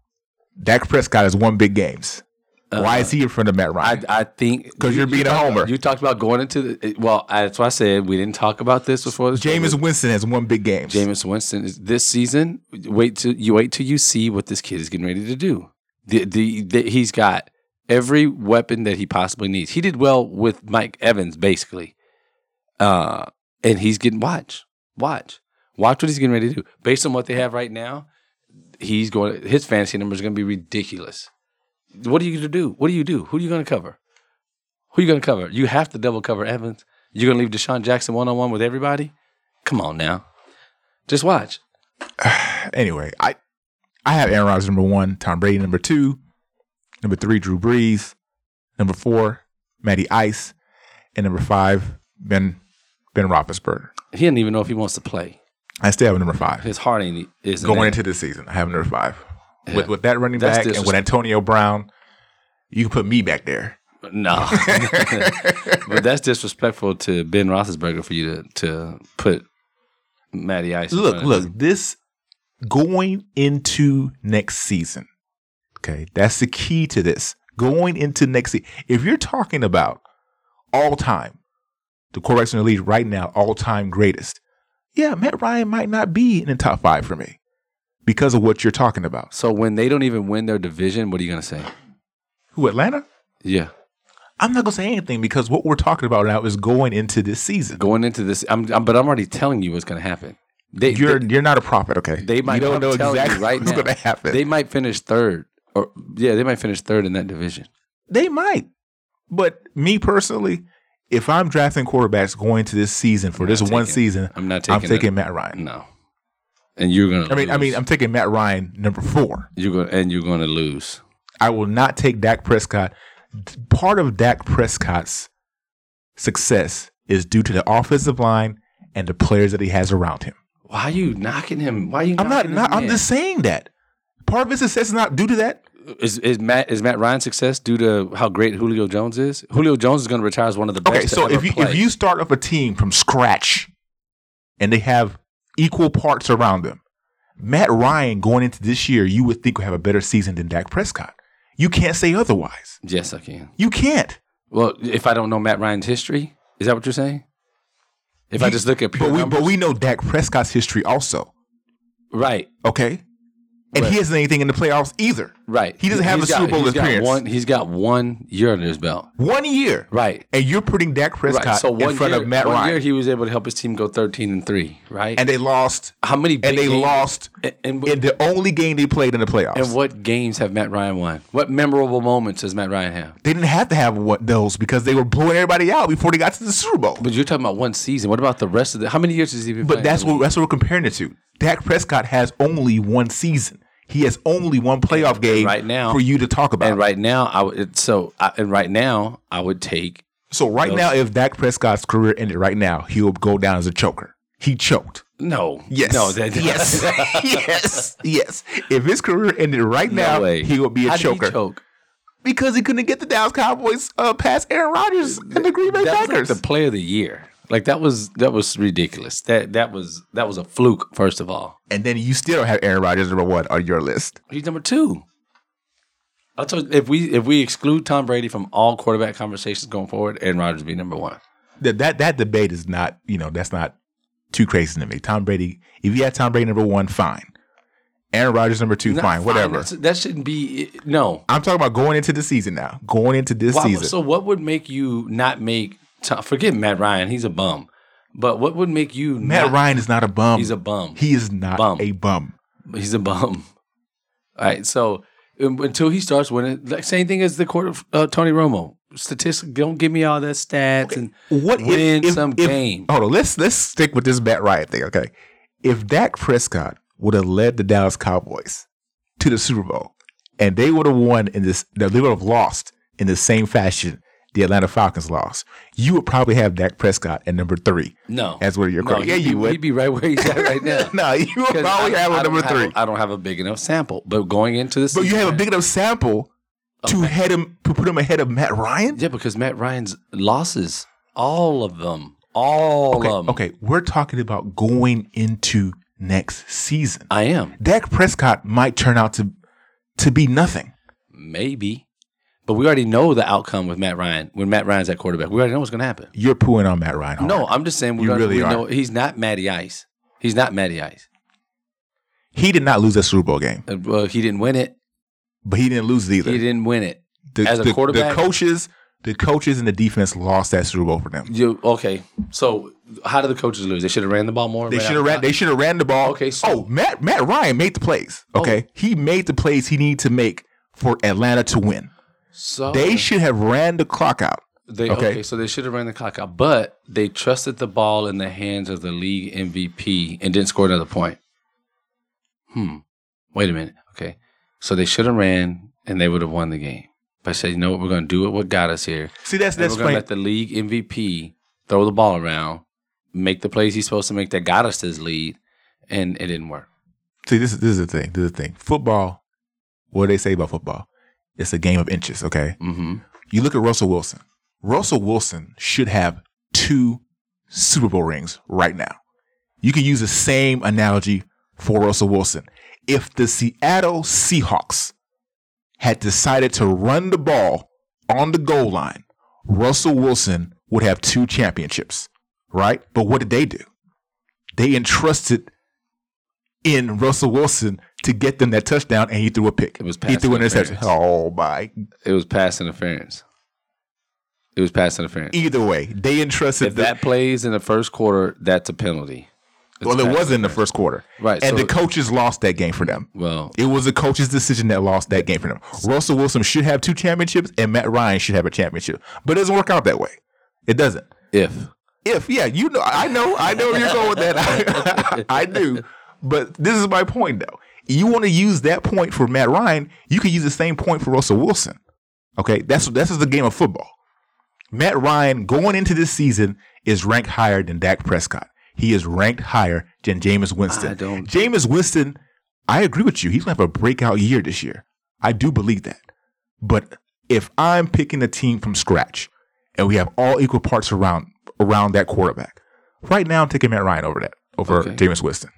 Speaker 1: Dak Prescott has won big games.
Speaker 2: Uh,
Speaker 1: Why is he in front of Matt
Speaker 2: I,
Speaker 1: Ryan?
Speaker 2: I think
Speaker 1: 'Cause you're
Speaker 2: you-
Speaker 1: being
Speaker 2: you
Speaker 1: a
Speaker 2: talked-
Speaker 1: homer.
Speaker 2: You talked about going into the well. I- That's why I said we didn't talk about this before. This
Speaker 1: Jameis Winston has won big games.
Speaker 2: Jameis Winston is this season. Wait till you wait till you see what this kid is getting ready to do. The, the, the he's got every weapon that he possibly needs. He did well with Mike Evans basically, uh, and he's getting watch, watch, watch what he's getting ready to do. Based on what they have right now, he's going. His fantasy number is going to be ridiculous. What are you going to do? What do you do? Who are you going to cover? Who are you going to cover? You have to double cover Evans. You're going to leave Deshaun Jackson one on one with everybody. Come on now. Just watch.
Speaker 1: Anyway, I I have Aaron Rodgers number one, Tom Brady number two, number three Drew Brees, number four Matty Ice, and number five Ben Ben Roethlisberger.
Speaker 2: He doesn't even know if he wants to play.
Speaker 1: I still have number five.
Speaker 2: His heart ain't e-, is
Speaker 1: going into this season. I have number five.
Speaker 2: Yeah.
Speaker 1: With with that running
Speaker 2: That's
Speaker 1: back and with
Speaker 2: disrespect-
Speaker 1: Antonio Brown, you can put me back there.
Speaker 2: no. but that's disrespectful to Ben Roethlisberger for you to to put Matty Ice. in
Speaker 1: Look,
Speaker 2: front of him.
Speaker 1: look, this going into next season. Okay, that's the key to this. Going into next season. If you're talking about all time, the quarterbacks in the league right now, all time greatest, yeah, Matt Ryan might not be in the top five for me because of what you're talking about.
Speaker 2: So when they don't even win their division, what are you gonna say?
Speaker 1: Who, Atlanta?
Speaker 2: Yeah,
Speaker 1: I'm not going to say anything because what we're talking about now is going into this season.
Speaker 2: going into this, I'm, I'm but I'm already telling you what's gonna happen. They
Speaker 1: you're you're not a prophet, okay?
Speaker 2: They might-
Speaker 1: you don't
Speaker 2: I'm
Speaker 1: know
Speaker 2: telling you
Speaker 1: exactly
Speaker 2: right
Speaker 1: what's
Speaker 2: now,
Speaker 1: going to happen.
Speaker 2: they, they might finish third, or yeah, they might finish third in that division.
Speaker 1: They might, but me personally, if I'm drafting quarterbacks going to this season for
Speaker 2: I'm
Speaker 1: this
Speaker 2: not
Speaker 1: one
Speaker 2: taking-
Speaker 1: season,
Speaker 2: I'm not
Speaker 1: I'm
Speaker 2: taking.
Speaker 1: taking Matt Ryan.
Speaker 2: no, and you're gonna.
Speaker 1: I mean, I
Speaker 2: lose.
Speaker 1: mean, I'm taking Matt Ryan number four.
Speaker 2: you're gonna and you're gonna lose.
Speaker 1: I will not take Dak Prescott. Part of Dak Prescott's success is due to the offensive line and the players that he has around him.
Speaker 2: Why are you knocking him? Why are you?
Speaker 1: I'm not,
Speaker 2: knocking
Speaker 1: not
Speaker 2: him
Speaker 1: I'm
Speaker 2: in?
Speaker 1: just saying that. Part of his success is not due to that.
Speaker 2: Is, is Matt is Matt Ryan's success due to how great Julio Jones is? Julio Jones is going to retire as one of the best.
Speaker 1: Okay, so if you if you start up a team from scratch and they have equal parts around them, Matt Ryan going into this year, you would think would have a better season than Dak Prescott. You can't say otherwise.
Speaker 2: yes, I can.
Speaker 1: You can't.
Speaker 2: Well, if I don't know Matt Ryan's history, is that what you're saying? If I
Speaker 1: You-
Speaker 2: just look at pure
Speaker 1: But we
Speaker 2: numbers,
Speaker 1: but we know Dak Prescott's history also.
Speaker 2: right,
Speaker 1: Okay. And
Speaker 2: Right.
Speaker 1: he hasn't anything in the playoffs either.
Speaker 2: right.
Speaker 1: He doesn't have
Speaker 2: He's
Speaker 1: a Super Bowl
Speaker 2: he's
Speaker 1: appearance.
Speaker 2: Got one, he's got one year under his belt.
Speaker 1: One year.
Speaker 2: Right.
Speaker 1: And you're putting Dak Prescott
Speaker 2: right. So one
Speaker 1: in front
Speaker 2: year,
Speaker 1: of Matt
Speaker 2: one
Speaker 1: Ryan.
Speaker 2: year he was able to help his team go 13 and three. Right.
Speaker 1: and they lost.
Speaker 2: how many? big
Speaker 1: And they
Speaker 2: games-
Speaker 1: lost
Speaker 2: And, and,
Speaker 1: in the only game they played in the playoffs.
Speaker 2: and what games have Matt Ryan won? What memorable moments does Matt Ryan have?
Speaker 1: they didn't have to have what those because they were blowing everybody out before they got to the Super Bowl. But,
Speaker 2: But you're talking about one season. What about the rest of the? How many years has he been? playing?
Speaker 1: that's what that's what we're comparing it to. Dak Prescott has only one season. He has only one playoff game
Speaker 2: right now-
Speaker 1: for you to talk about.
Speaker 2: And right now, I would. it- So I, and right now, I would take.
Speaker 1: so right now, if Dak Prescott's career ended right now, he'll go down as a choker. He choked.
Speaker 2: No.
Speaker 1: Yes.
Speaker 2: No. That,
Speaker 1: yes. yes. Yes. If his career ended right
Speaker 2: No
Speaker 1: now,
Speaker 2: way.
Speaker 1: he would be a
Speaker 2: How did he
Speaker 1: choker
Speaker 2: choke?
Speaker 1: because he couldn't get the Dallas Cowboys uh, past Aaron Rodgers and the Green Bay
Speaker 2: That was like
Speaker 1: Packers.
Speaker 2: the player of the year. Like that was that was ridiculous. That that was that was a fluke. First of all,
Speaker 1: and then you still don't have Aaron Rodgers number one on your list.
Speaker 2: he's number two. I told if we if we exclude Tom Brady from all quarterback conversations going forward, Aaron Rodgers be number one.
Speaker 1: that that that debate is not you know that's not too crazy to me. Tom Brady, if you had Tom Brady number one, fine. Aaron Rodgers number two,
Speaker 2: Not
Speaker 1: fine, whatever.
Speaker 2: That's- That shouldn't be no.
Speaker 1: I'm talking about going into the season now. Going into this
Speaker 2: Why-
Speaker 1: season,
Speaker 2: So what would make you not make Tom, forget Matt Ryan? He's a bum. But what would make you
Speaker 1: Matt
Speaker 2: not-
Speaker 1: Ryan is not a bum.
Speaker 2: He's a bum.
Speaker 1: he is not
Speaker 2: bum.
Speaker 1: a bum.
Speaker 2: He's a bum. All right. So um, until he starts winning, like same thing as the court of uh, Tony Romo. Statistics don't give me all that stats and
Speaker 1: What if-
Speaker 2: win
Speaker 1: if-
Speaker 2: some
Speaker 1: if-
Speaker 2: game.
Speaker 1: Hold on, let's let's stick with this Matt Ryan thing, okay? If Dak Prescott would have led the Dallas Cowboys to the Super Bowl, and they would have won in this, they would have lost in the same fashion the Atlanta Falcons lost, you would probably have Dak Prescott at number three.
Speaker 2: No,
Speaker 1: That's where you're
Speaker 2: no,
Speaker 1: correct. Yeah,
Speaker 2: he'd be-
Speaker 1: you would.
Speaker 2: He'd be right where he's at right now.
Speaker 1: no, you would
Speaker 2: 'Cause
Speaker 1: probably have him
Speaker 2: don't
Speaker 1: number three.
Speaker 2: a- I don't have a big enough sample. But going into this,
Speaker 1: but you have a big enough sample to head him to put him ahead of Matt Ryan.
Speaker 2: yeah, because Matt Ryan's losses, all of them, all
Speaker 1: Okay,
Speaker 2: of them.
Speaker 1: okay, we're talking about going into next season.
Speaker 2: I am.
Speaker 1: Dak Prescott might turn out to to be nothing.
Speaker 2: Maybe. But we already know the outcome with Matt Ryan when Matt Ryan's at quarterback. We already know what's going to happen.
Speaker 1: You're pooing on Matt Ryan. hard.
Speaker 2: No, I'm just saying we,
Speaker 1: You
Speaker 2: already-
Speaker 1: really
Speaker 2: we
Speaker 1: are.
Speaker 2: know he's not Matty Ice. He's not Matty Ice.
Speaker 1: he did not lose that Super Bowl game,
Speaker 2: Uh, Well, he didn't win it.
Speaker 1: but he didn't lose it either.
Speaker 2: He didn't win it.
Speaker 1: the,
Speaker 2: as a
Speaker 1: the-
Speaker 2: quarterback-
Speaker 1: the coaches, the coaches and the defense lost that Super Bowl for them.
Speaker 2: You okay? So how did the coaches lose? They should have ran the ball more.
Speaker 1: They
Speaker 2: right
Speaker 1: should
Speaker 2: out
Speaker 1: have
Speaker 2: the
Speaker 1: ran.
Speaker 2: box.
Speaker 1: They should have ran the ball.
Speaker 2: Okay, so- Oh.
Speaker 1: oh, Matt Matt Ryan made the plays. Okay, he made the plays he needed to make for Atlanta to win.
Speaker 2: so
Speaker 1: They should have ran the clock out.
Speaker 2: They, okay.
Speaker 1: Okay.
Speaker 2: so they should have ran the clock out, but they trusted the ball in the hands of the league MVP and didn't score another point. Hmm. Wait a minute. Okay. So they should have ran and they would have won the game. But I said, you know what? We're going to do it. What got us here?
Speaker 1: See, that's
Speaker 2: And
Speaker 1: that's
Speaker 2: we're going
Speaker 1: funny.
Speaker 2: to let the league MVP throw the ball around, make the plays he's supposed to make that got us this lead, and it didn't work.
Speaker 1: See, this is this is the thing. This is the thing. Football. What do they say about football? It's a game of inches. Okay.
Speaker 2: Mm-hmm.
Speaker 1: You look at Russell Wilson. Russell Wilson should have two Super Bowl rings right now. You can use the same analogy for Russell Wilson. If the Seattle Seahawks had decided to run the ball on the goal line, Russell Wilson would have two championships, right? But what did they do? They entrusted in Russell Wilson to get them that touchdown, and he threw a pick.
Speaker 2: It was
Speaker 1: he threw an
Speaker 2: pass
Speaker 1: interception. Oh my
Speaker 2: It was pass interference. It was pass interference.
Speaker 1: either way, they entrusted
Speaker 2: if
Speaker 1: the,
Speaker 2: that plays in the first quarter, that's a penalty. It's
Speaker 1: well, it
Speaker 2: pass
Speaker 1: was in the
Speaker 2: interference.
Speaker 1: first quarter,
Speaker 2: Right,
Speaker 1: And
Speaker 2: so-
Speaker 1: the coaches lost that game for them.
Speaker 2: Well,
Speaker 1: It was the coach's decision that lost that game for them. Russell Wilson should have two championships, and Matt Ryan should have a championship, but it doesn't work out that way. It doesn't.
Speaker 2: if
Speaker 1: If yeah, you know, I know, I know where you're going with that. I, I do, but this is my point though. You want to use that point for Matt Ryan, you can use the same point for Russell Wilson. Okay, that's that's just the game of football. Matt Ryan going into this season is ranked higher than Dak Prescott. He is ranked higher than Jameis Winston.
Speaker 2: I don't-
Speaker 1: Jameis Winston, I agree with you. He's gonna have a breakout year this year. I do believe that. But if I'm picking a team from scratch and we have all equal parts around around that quarterback, right now I'm taking Matt Ryan over that over
Speaker 2: Okay.
Speaker 1: Jameis Winston.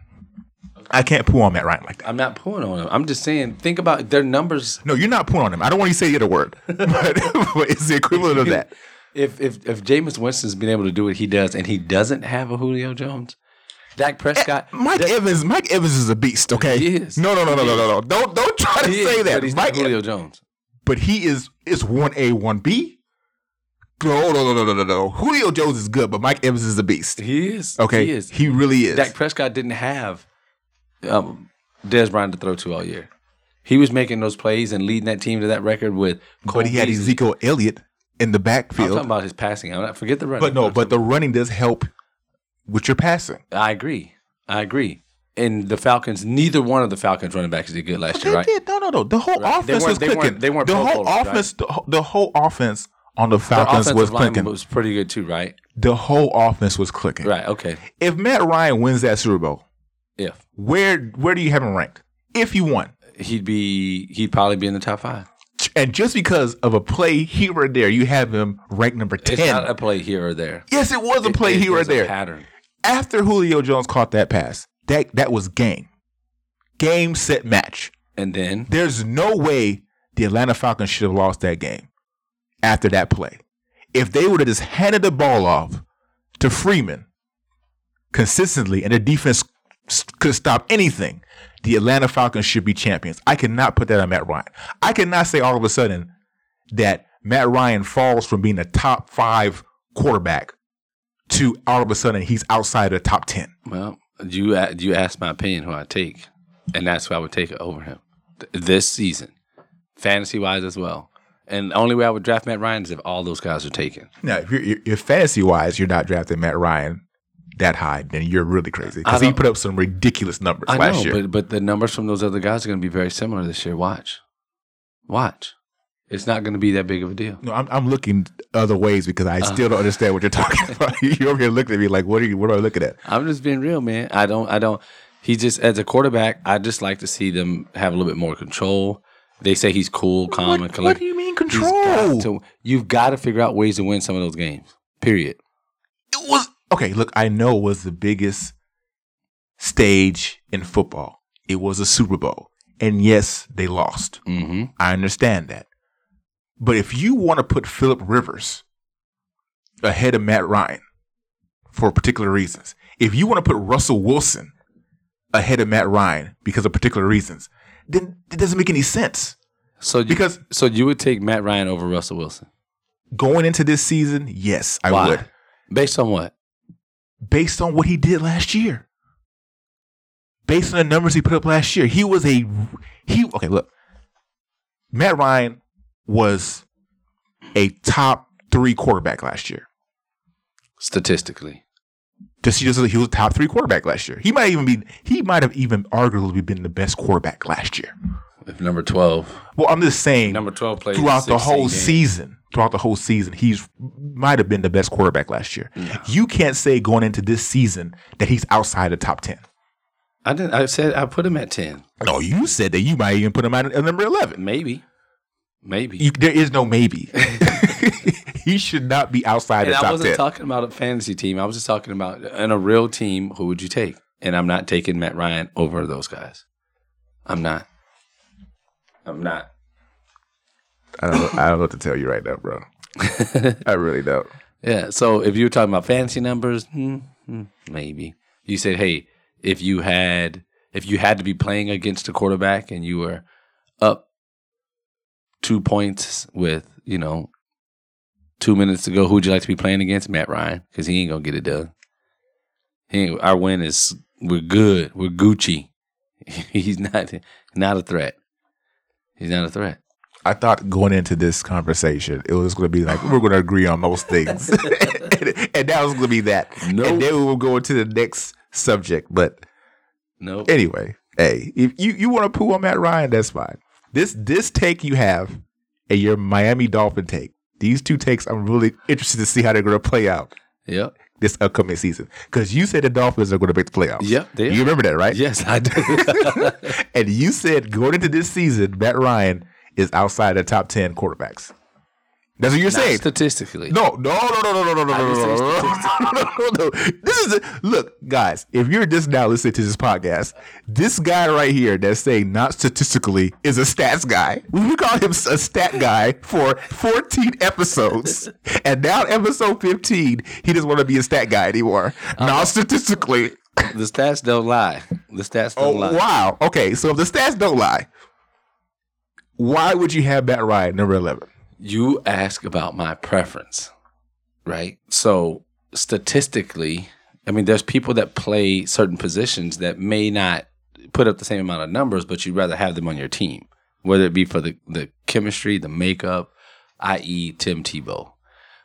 Speaker 1: I can't pull on Matt Ryan like that.
Speaker 2: I'm not pulling on them. I'm just saying, think about their numbers.
Speaker 1: No, you're not pulling on him. I don't want you to say the word, but, but it's the equivalent of that.
Speaker 2: If if if Jameis Winston's been able to do what he does, and he doesn't have a Julio Jones, Dak Prescott,
Speaker 1: Eh, Mike Evans, Mike Evans is a beast. Okay,
Speaker 2: He is.
Speaker 1: No, no, no, no, no, no, no. Don't don't try to
Speaker 2: he
Speaker 1: say
Speaker 2: is,
Speaker 1: that.
Speaker 2: but he's
Speaker 1: Mike,
Speaker 2: not Julio Jones.
Speaker 1: but he is is one A, one B. No, no, no, no, no, no, no. Julio Jones is good, but Mike Evans is a beast.
Speaker 2: He is.
Speaker 1: Okay,
Speaker 2: He is.
Speaker 1: really is.
Speaker 2: Dak Prescott didn't have um, Des Bryant to throw to all year. He was making those plays and leading that team to that record with Cole
Speaker 1: but he had
Speaker 2: Beasley.
Speaker 1: Ezekiel Elliott in the
Speaker 2: I'm talking
Speaker 1: backfield.
Speaker 2: about his passing. I'm not forget the running.
Speaker 1: But no,
Speaker 2: I'm
Speaker 1: but the running does help with your passing.
Speaker 2: talking- I agree. I agree. And the Falcons, neither one of the Falcons running backs did good last year,
Speaker 1: They
Speaker 2: right?
Speaker 1: did. No, no, no. The whole
Speaker 2: Right. They
Speaker 1: offense
Speaker 2: weren't-
Speaker 1: was
Speaker 2: they
Speaker 1: clicking.
Speaker 2: weren't- they weren't
Speaker 1: the
Speaker 2: Pro
Speaker 1: whole
Speaker 2: Bowlers, right?
Speaker 1: offense. The, whole- the whole offense on the
Speaker 2: Their
Speaker 1: Falcons
Speaker 2: offensive
Speaker 1: was
Speaker 2: lineman
Speaker 1: clicking.
Speaker 2: was pretty good too, right?
Speaker 1: the whole offense was clicking.
Speaker 2: Right. Okay.
Speaker 1: If Matt Ryan wins that Super Bowl,
Speaker 2: If
Speaker 1: where where do you have him ranked? If you won,
Speaker 2: he'd be, he'd probably be in the top five.
Speaker 1: and just because of a play here or there, you have him ranked number
Speaker 2: It's
Speaker 1: ten.
Speaker 2: not a play here or there.
Speaker 1: yes, it was a
Speaker 2: It-
Speaker 1: play
Speaker 2: it
Speaker 1: here or
Speaker 2: was a
Speaker 1: there.
Speaker 2: Pattern.
Speaker 1: After Julio Jones caught that pass, that that was game, game set match.
Speaker 2: And then
Speaker 1: There's no way the Atlanta Falcons should have lost that game after that play. If they would have just handed the ball off to Freeman consistently and the defense s- could stop anything, the Atlanta Falcons should be champions. I cannot put that on Matt Ryan. I cannot say all of a sudden that Matt Ryan falls from being a top five quarterback to all of a sudden he's outside the top 10.
Speaker 2: Well, you a- you asked my opinion who I take, and that's who I would take over him Th- this season, fantasy wise as well. And the only way I would draft Matt Ryan is if all those guys are taken.
Speaker 1: Now, if you're, if fantasy wise, you're not drafting Matt Ryan that high, then you're really crazy because
Speaker 2: I
Speaker 1: he
Speaker 2: don't-
Speaker 1: put up some ridiculous numbers
Speaker 2: I
Speaker 1: last
Speaker 2: know,
Speaker 1: year.
Speaker 2: but but the numbers from those other guys are going to be very similar this year. Watch, watch. It's not going to be that big of a deal.
Speaker 1: no, I'm, I'm looking other ways because I still
Speaker 2: Uh.
Speaker 1: don't understand what you're talking about. you over here looking at me like, what are you? What are I looking at?
Speaker 2: I'm just being real, man. I don't. I don't. He just as a quarterback, I just like to see them have a little bit more control. They say he's cool, calm, and collected.
Speaker 1: you mean
Speaker 2: He's got to- you've got to figure out ways to win some of those games. Period.
Speaker 1: it was okay. Look, I know it was the biggest stage in football. It was a Super Bowl, and yes, they lost.
Speaker 2: hmm
Speaker 1: I understand that. But if you want to put Philip Rivers ahead of Matt Ryan for particular reasons, if you want to put Russell Wilson ahead of Matt Ryan because of particular reasons, then it doesn't make any sense.
Speaker 2: So you,
Speaker 1: Because-
Speaker 2: so you would take Matt Ryan over Russell Wilson?
Speaker 1: Going into this season, yes, I
Speaker 2: Why?
Speaker 1: would.
Speaker 2: Based on what?
Speaker 1: Based on what he did last year. Based on the numbers he put up last year, he was a he okay, look. Matt Ryan was a top 3 quarterback last year.
Speaker 2: Statistically,
Speaker 1: Just he just he was a top three quarterback last year. He might even be he might have even arguably been the best quarterback last year.
Speaker 2: if number twelve,
Speaker 1: Well, I'm just saying
Speaker 2: number twelve played
Speaker 1: throughout the
Speaker 2: 16
Speaker 1: whole
Speaker 2: games.
Speaker 1: season, throughout the whole season, he's might have been the best quarterback last year. You can't say going into this season that he's outside the top ten.
Speaker 2: I didn't. I said I put him at ten.
Speaker 1: No, you said that you might even put him at at number eleven.
Speaker 2: Maybe, maybe.
Speaker 1: You, there is no maybe. he should not be outside
Speaker 2: and
Speaker 1: the
Speaker 2: I
Speaker 1: top
Speaker 2: wasn't
Speaker 1: ten.
Speaker 2: talking about a fantasy team. I was just talking about in a real team. Who would you take? And I'm not taking Matt Ryan over those guys. I'm not. I'm not.
Speaker 1: I, don't know, I don't know what to tell you right now, bro. I really don't.
Speaker 2: Yeah. So if you were talking about fantasy numbers, hmm, hmm, maybe you said, "Hey, if you had if you had to be playing against a quarterback and you were up two points with you know two minutes to go, who'd you like to be playing against? Matt Ryan, because he ain't gonna get it done. He ain't, our win is we're good, we're Gucci. He's not not a threat. He's not a threat.
Speaker 1: I thought going into this conversation, it was going to be like we're going to agree on most things, and, that was going to be that.
Speaker 2: Nope.
Speaker 1: And then we will go into the next subject. But
Speaker 2: No.
Speaker 1: anyway, hey, if you you want to poo on Matt Ryan, that's fine. This this take you have, and your Miami Dolphin take These two takes, I'm really interested to see how they're going to play out
Speaker 2: Yep.
Speaker 1: this upcoming season. Because you said the Dolphins are going to make the playoffs.
Speaker 2: Yep, they
Speaker 1: You
Speaker 2: are.
Speaker 1: remember that, right?
Speaker 2: Yes, I do.
Speaker 1: And you said going into this season, Matt Ryan is outside the top 10 quarterbacks. That's what you're saying.
Speaker 2: Statistically.
Speaker 1: No, no, no, no, no, no, no, no, no, no, no, no, no, no, no, no. This is a, look, guys. If you're just now listening to this podcast, this guy right here that's saying not statistically is a stats guy. We call him a stat guy for 14 episodes, and now episode 15, he doesn't want to be a stat guy anymore.
Speaker 2: Uh-huh.
Speaker 1: Not statistically.
Speaker 2: The stats don't lie. The stats
Speaker 1: Oh
Speaker 2: don't lie.
Speaker 1: wow. Okay, so if the stats don't lie, why would you have Matt Ryan number 11?
Speaker 2: you ask about my preference, right? So statistically, I mean, there's people that play certain positions that may not put up the same amount of numbers, but you'd rather have them on your team, whether it be for the, the chemistry, the makeup, i.e., Tim Tebow.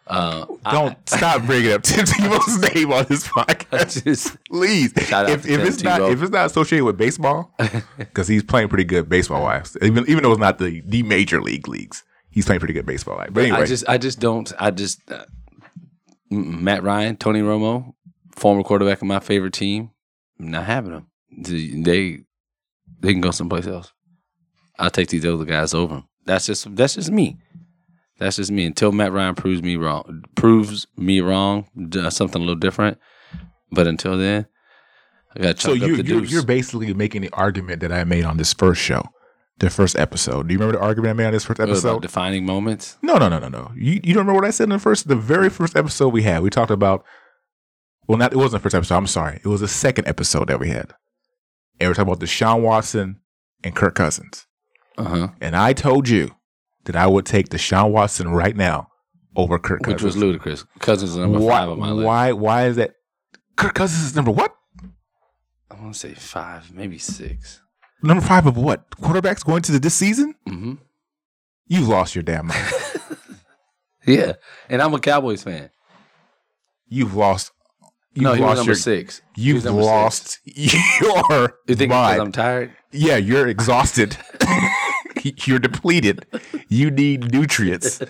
Speaker 2: Uh,
Speaker 1: Don't stop bringing up Tim Tebow's name on this
Speaker 2: I
Speaker 1: podcast.
Speaker 2: just
Speaker 1: Please,
Speaker 2: Shout out
Speaker 1: if,
Speaker 2: to
Speaker 1: if
Speaker 2: Tim
Speaker 1: it's not
Speaker 2: Tebow.
Speaker 1: if it's not associated with baseball, because he's playing pretty good baseball wise, even even though it's not the the major league leagues, he's playing pretty good baseball wise. But anyway,
Speaker 2: I just, I just don't. I just uh, mm-mm. Matt Ryan, Tony Romo, former quarterback of my favorite team, I'm not having them. They, they can go someplace else. I'll take these other guys over 'em. That's just, that's just me. That's just me. Until Matt Ryan proves me wrong, proves me wrong, does something a little different. But until then, I got to
Speaker 1: so
Speaker 2: chalk up
Speaker 1: you
Speaker 2: the
Speaker 1: you're,
Speaker 2: deuce.
Speaker 1: you're basically making the argument that I made on this first show, the first episode. Do you remember the argument I made on this first
Speaker 2: What about
Speaker 1: episode?
Speaker 2: uh, defining moments.
Speaker 1: No, no, no, no, no. You, you don't remember what I said in the first, the very first episode we had? We talked about, well, not it wasn't the first episode. I'm sorry, it was the second episode that we had, and we're talking about Deshaun Watson and Kirk Cousins.
Speaker 2: Uh huh.
Speaker 1: And I told you that I would take Deshaun Watson right now over Kirk Cousins.
Speaker 2: Which was ludicrous. Cousins is number
Speaker 1: why,
Speaker 2: five on my list.
Speaker 1: why, why is that? Kirk Cousins is number what?
Speaker 2: I want to say five, maybe six.
Speaker 1: Number five of what? Quarterbacks going to the, this season?
Speaker 2: Mm-hmm.
Speaker 1: You lost your damn mind.
Speaker 2: Yeah, and I'm a Cowboys fan.
Speaker 1: You've lost. You've
Speaker 2: no, he was
Speaker 1: lost
Speaker 2: number
Speaker 1: your.
Speaker 2: six. He
Speaker 1: You've
Speaker 2: was number six.
Speaker 1: lost your
Speaker 2: You think because
Speaker 1: mind.
Speaker 2: I'm tired?
Speaker 1: yeah, you're exhausted. you're depleted. You need nutrients.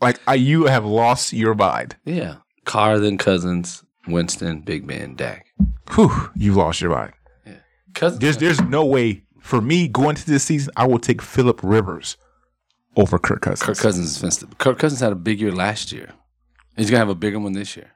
Speaker 1: Like I, you have lost your mind.
Speaker 2: Yeah. Carr then Cousins, Winston, Big Ben, Dak.
Speaker 1: Whew, you lost your mind.
Speaker 2: Cousins.
Speaker 1: There's there's no way for me going to this season. I will take Philip Rivers over Kirk Cousins.
Speaker 2: Kirk Cousins. is fenced- Kirk Cousins had a big year last year. He's gonna have a bigger one this year.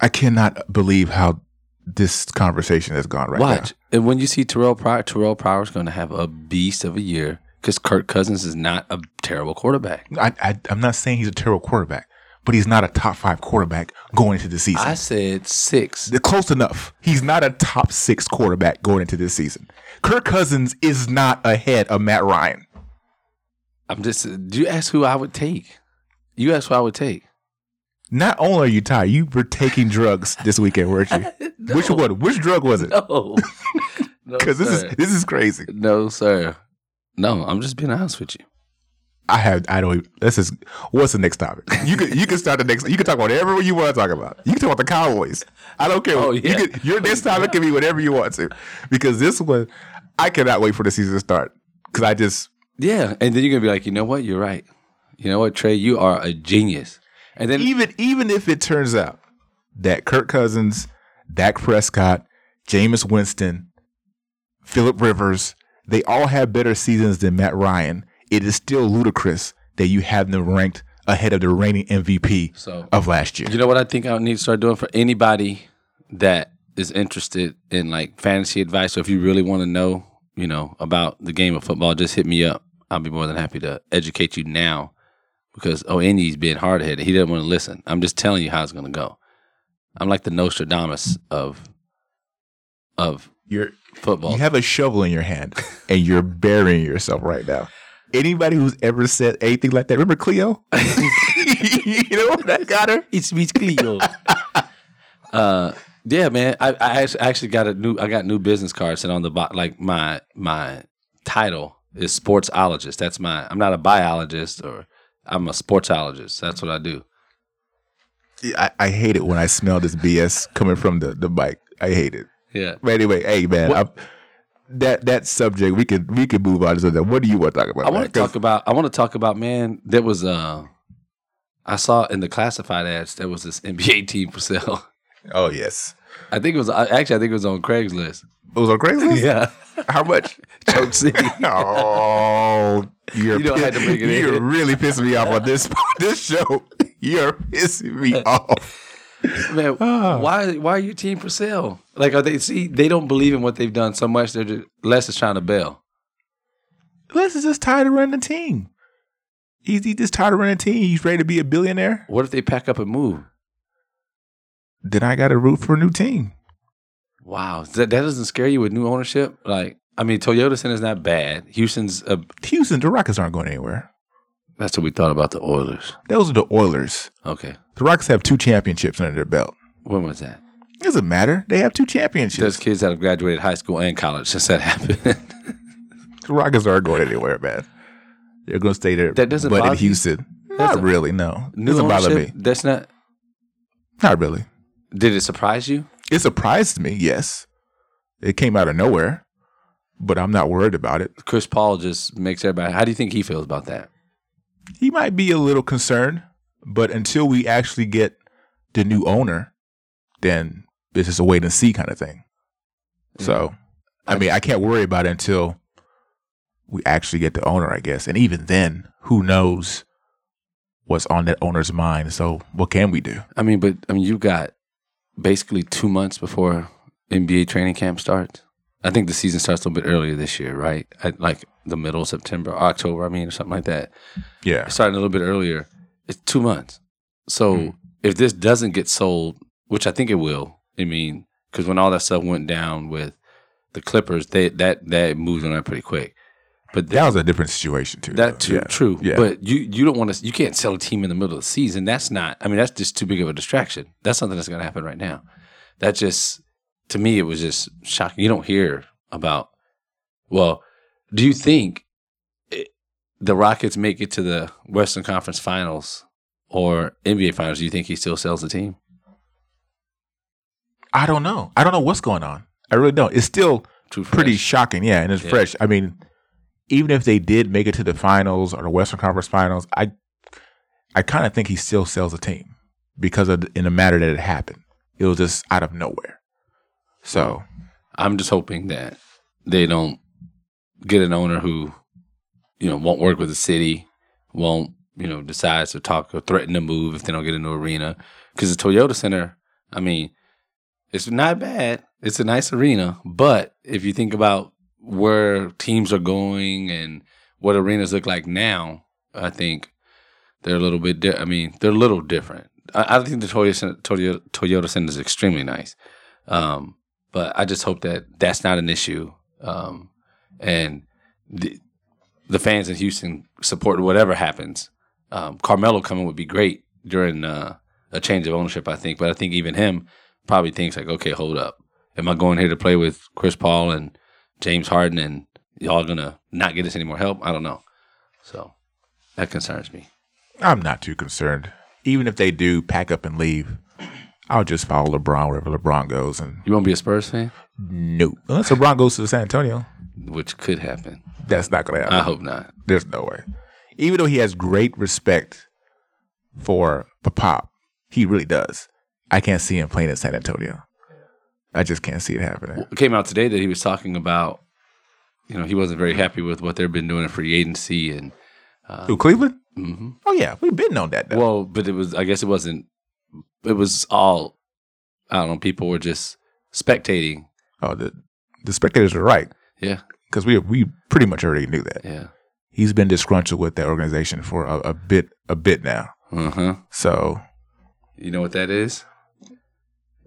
Speaker 1: I cannot believe how this conversation has gone right
Speaker 2: Watch. And when you see Terrell Pryor, Terrell Pryor's gonna have a beast of a year because Kirk Cousins is not a terrible quarterback.
Speaker 1: now. I, I I'm not saying he's a terrible quarterback, but he's not a top five quarterback going into the season.
Speaker 2: I said six.
Speaker 1: They're Close enough. He's not a top six quarterback going into this season. Kirk Cousins is not ahead of Matt Ryan.
Speaker 2: I'm just. Do you ask who I would take? You asked who I would take.
Speaker 1: Not only are you tired, you were taking drugs this weekend, weren't you? Which one? Which drug was it?
Speaker 2: No. No,
Speaker 1: Because this
Speaker 2: sir.
Speaker 1: is this is crazy.
Speaker 2: No, sir. No, I'm just being honest with you.
Speaker 1: I have. I don't. Even, this is. What's the next topic? You can. You can start the next. You can talk about whatever you want to talk about. You can talk about the Cowboys. I don't care.
Speaker 2: Oh, yeah.
Speaker 1: you can, your next topic can be whatever you want to, because this one, I cannot wait for the season to start. Because I just.
Speaker 2: Yeah, and then you're gonna be like, you know what? You're right. You know what, Trey? You are a genius. And then
Speaker 1: Even even if it turns out that Kirk Cousins, Dak Prescott, Jameis Winston, Philip Rivers, they all have better seasons than Matt Ryan, it is still ludicrous that you have them ranked ahead of the reigning MVP
Speaker 2: So-
Speaker 1: of last year.
Speaker 2: you know what I think I need to start doing for anybody that is interested in like fantasy advice. So if you really want to know, you know, about the game of football, just hit me up. I'll be more than happy to educate you now because oh Indy's being hard headed. He doesn't want to listen. I'm just telling you how it's gonna go. I'm like the Nostradamus of of
Speaker 1: You're
Speaker 2: football.
Speaker 1: You have a shovel in your hand and you're burying yourself right now. Anybody who's ever said anything like that, remember Cleo? you know that got her.
Speaker 2: It's Miss Cleo. uh, yeah, man. I, I actually, actually got a new. I got new business cards, and on the bo- like my my title is sportsologist. That's my. I'm not a biologist or I'm a sportsologist. That's what I do.
Speaker 1: I, I hate it when I smell this BS coming from the the bike. I hate it.
Speaker 2: Yeah.
Speaker 1: But anyway, hey man, I'm, that that subject, we can we can move on to that. What do you want to talk about?
Speaker 2: I want
Speaker 1: man?
Speaker 2: to
Speaker 1: 'Cause-
Speaker 2: talk about. I want to talk about man. There was uh, I saw in the classified ads there was this NBA team for sale.
Speaker 1: Oh yes,
Speaker 2: I think it was I- actually I think it was on Craigslist.
Speaker 1: it was on Craigslist.
Speaker 2: Yeah,
Speaker 1: How much?
Speaker 2: Choke City.
Speaker 1: Oh, you're,
Speaker 2: You don't have to bring it in.
Speaker 1: You're really pissing me off on this this show. You're pissing me off.
Speaker 2: Man,
Speaker 1: Oh.
Speaker 2: why why are your team for sale? Like are they see they don't believe in what they've done so much. They're just, Les is trying to bail.
Speaker 1: Les is just tired of running the team. He's, he's just tired of running the team. He's ready to be a billionaire.
Speaker 2: What if they pack up and move?
Speaker 1: Then I got to root for a new team.
Speaker 2: Wow, that, that doesn't scare you with new ownership? Like I mean, Toyota Center's not bad. Houston's a,
Speaker 1: Houston, the Rockets aren't going anywhere.
Speaker 2: that's what we thought about the Oilers.
Speaker 1: Those are the Oilers.
Speaker 2: Okay,
Speaker 1: The Rockets have two championships under their belt.
Speaker 2: when was that?
Speaker 1: It doesn't matter. They have two championships.
Speaker 2: There's kids that have graduated high school and college since that happened.
Speaker 1: The Rockets aren't going anywhere, man. They're going to stay there.
Speaker 2: That doesn't
Speaker 1: but in
Speaker 2: bother you?
Speaker 1: Houston.
Speaker 2: That's
Speaker 1: Not
Speaker 2: a-
Speaker 1: really, no. It
Speaker 2: New
Speaker 1: doesn't bother me.
Speaker 2: ownership? That's not.
Speaker 1: Not really.
Speaker 2: Did it surprise you?
Speaker 1: It surprised me, yes. It came out of nowhere, but I'm not worried about it.
Speaker 2: Chris Paul just makes everybody. How do you think he feels about that?
Speaker 1: He might be a little concerned, but until we actually get the new owner, then it's just a wait and see kind of thing.
Speaker 2: Mm-hmm.
Speaker 1: So, I mean, I can't worry about it until we actually get the owner, I guess. And even then, who knows what's on that owner's mind? So, what can we do?
Speaker 2: I mean, but I mean, you got basically two months before NBA training camp starts. I think the season starts a little bit earlier this year, right? At like the middle of September, October, I mean, or something like that.
Speaker 1: Yeah.
Speaker 2: Starting a little bit earlier. It's two months. So if this doesn't get sold, which I think it will, I mean, because when all that stuff went down with the Clippers, they that that moved on that pretty quick. But
Speaker 1: That was a different situation, too.
Speaker 2: That
Speaker 1: though.
Speaker 2: too,
Speaker 1: Yeah.
Speaker 2: true.
Speaker 1: Yeah.
Speaker 2: But you you don't want to. You can't sell a team in the middle of the season. That's not. I mean, that's just too big of a distraction. That's something that's going to happen right now. That just to me, it was just shocking. You don't hear about. Well, do you think it, the Rockets make it to the Western Conference Finals or NBA Finals? Do you think he still sells the team?
Speaker 1: I don't know. I don't know what's going on. I really don't. It's still
Speaker 2: True.
Speaker 1: pretty shocking. Yeah, and it's
Speaker 2: Yeah.
Speaker 1: fresh. I mean, even if they did make it to the finals or the Western Conference Finals, I I kind of think he still sells the team because of the, in the matter that it happened. It was just out of nowhere. So
Speaker 2: I'm just hoping that they don't get an owner who, you know, won't work with the city, won't, you know, decides to talk or threaten to move if they don't get a new arena. Because the Toyota Center, I mean, it's not bad. It's a nice arena. But if you think about where teams are going and what arenas look like now, I think they're a little bit, di- I mean, they're a little different. I, I think the Toyota Center, Toyota, Toyota Center is extremely nice. Um, but I just hope that that's not an issue. Um, and the, the fans in Houston support whatever happens. Um, Carmelo coming would be great during uh, a change of ownership, I think. But I think even him probably thinks like, okay, hold up, am I going here to play with Chris Paul and James Harden, and y'all gonna not get us any more help? I don't know. So that concerns me.
Speaker 1: I'm not too concerned. Even if they do pack up and leave, I'll just follow LeBron wherever LeBron goes. And
Speaker 2: You won't be a Spurs fan,
Speaker 1: no, unless LeBron goes to San Antonio,
Speaker 2: which could happen.
Speaker 1: that's not gonna happen.
Speaker 2: I hope not.
Speaker 1: There's no way. Even though he has great respect for Pop, he really does. I can't see him playing in San Antonio. I just can't see it happening.
Speaker 2: it came out today that he was talking about, you know, he wasn't very happy with what they've been doing in free agency, and
Speaker 1: Who, Cleveland?
Speaker 2: hmm
Speaker 1: Oh, yeah. We've been on that. Though.
Speaker 2: Uh-uh. well, but it was, I guess, it wasn't. It was all, I don't know. People were just spectating.
Speaker 1: oh, the, the spectators are right
Speaker 2: Yeah,
Speaker 1: because we, we pretty much already knew that.
Speaker 2: yeah,
Speaker 1: He's been disgruntled with that organization for a, a bit a bit now.
Speaker 2: uh huh.
Speaker 1: So,
Speaker 2: You know what that is?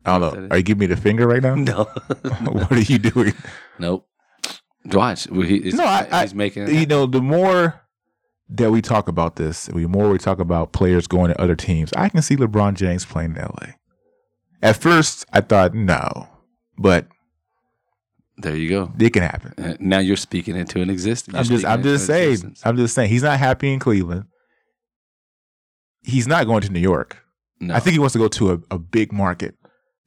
Speaker 1: I don't know. Are you giving me the finger right now?
Speaker 2: No,
Speaker 1: what are you doing?
Speaker 2: nope. Watch, well, he,
Speaker 1: No,
Speaker 2: no,
Speaker 1: I- I-
Speaker 2: he's making. It
Speaker 1: you know, the more that we talk about this, the more we talk about players going to other teams, I can see LeBron James playing in LA. At first, I thought no, but
Speaker 2: there you go.
Speaker 1: it can happen.
Speaker 2: Uh, Now you're speaking into an existence.
Speaker 1: I'm just, I'm just saying, I'm just saying, he's not happy in Cleveland. He's not going to New York.
Speaker 2: no.
Speaker 1: I think he wants to go to a, a big market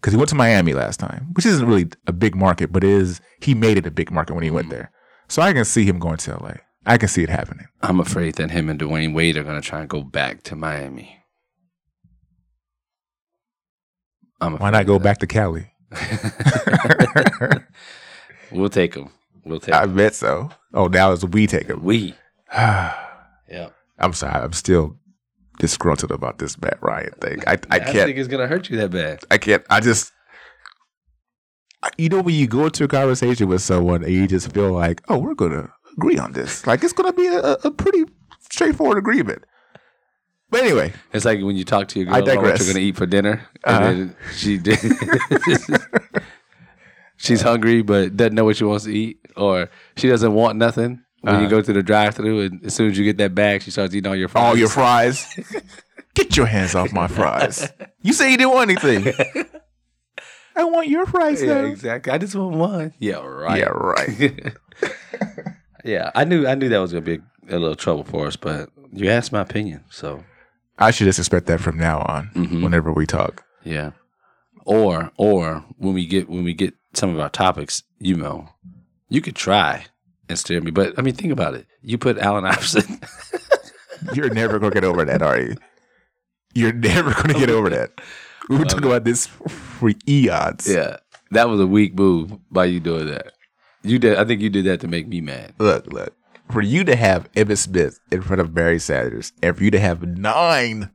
Speaker 1: because he went to Miami last time, which isn't really a big market, but it is he made it a big market when he went there. So I can see him going to LA. I can see it happening.
Speaker 2: I'm afraid that him and Dwayne Wade are going to try and go back to Miami. I'm
Speaker 1: Why not go back to Cali?
Speaker 2: back? we'll take him. We'll take
Speaker 1: I
Speaker 2: 'em.
Speaker 1: bet so. Oh, now it's we take him.
Speaker 2: We.
Speaker 1: I'm
Speaker 2: Yeah.
Speaker 1: sorry. I'm still disgruntled about this Matt Ryan thing. I, I
Speaker 2: don't
Speaker 1: can't.
Speaker 2: think it's going to hurt you that bad.
Speaker 1: I can't. I just. I- You know, when you go into a conversation with someone and you just feel like, oh, we're going to agree on this. Like, it's going to be a, a pretty straightforward agreement. But anyway,
Speaker 2: It's like when you talk to your girl
Speaker 1: I
Speaker 2: about what
Speaker 1: digress.
Speaker 2: you're going to eat for dinner, and
Speaker 1: Uh-huh.
Speaker 2: then she did. she's
Speaker 1: Uh-huh.
Speaker 2: hungry but doesn't know what she wants to eat, or she doesn't want nothing. When
Speaker 1: Uh-huh.
Speaker 2: you go to the drive-through, and as soon as you get that bag, she starts eating all your fries.
Speaker 1: all your fries. Get your hands off my fries. You say you didn't want anything. I want your fries,
Speaker 2: yeah,
Speaker 1: though.
Speaker 2: exactly. I just want one. Yeah, right.
Speaker 1: Yeah, right.
Speaker 2: yeah, I knew I knew that was gonna be a, little trouble for us, but you asked my opinion, so
Speaker 1: I should just expect that from now on,
Speaker 2: Mhm.
Speaker 1: whenever we talk.
Speaker 2: yeah. Or or when we get when we get some of our topics, you know, you could try and steer me, but I mean, think about it. You put Allen Iverson.
Speaker 1: You're never going to get over that, are you? You're never going to get over that. We were talking about this for eons.
Speaker 2: yeah, that was a weak move by you doing that. You did. I think you did that to make me mad.
Speaker 1: Look, look. For you to have Emmitt Smith in front of Barry Sanders, and for you to have nine,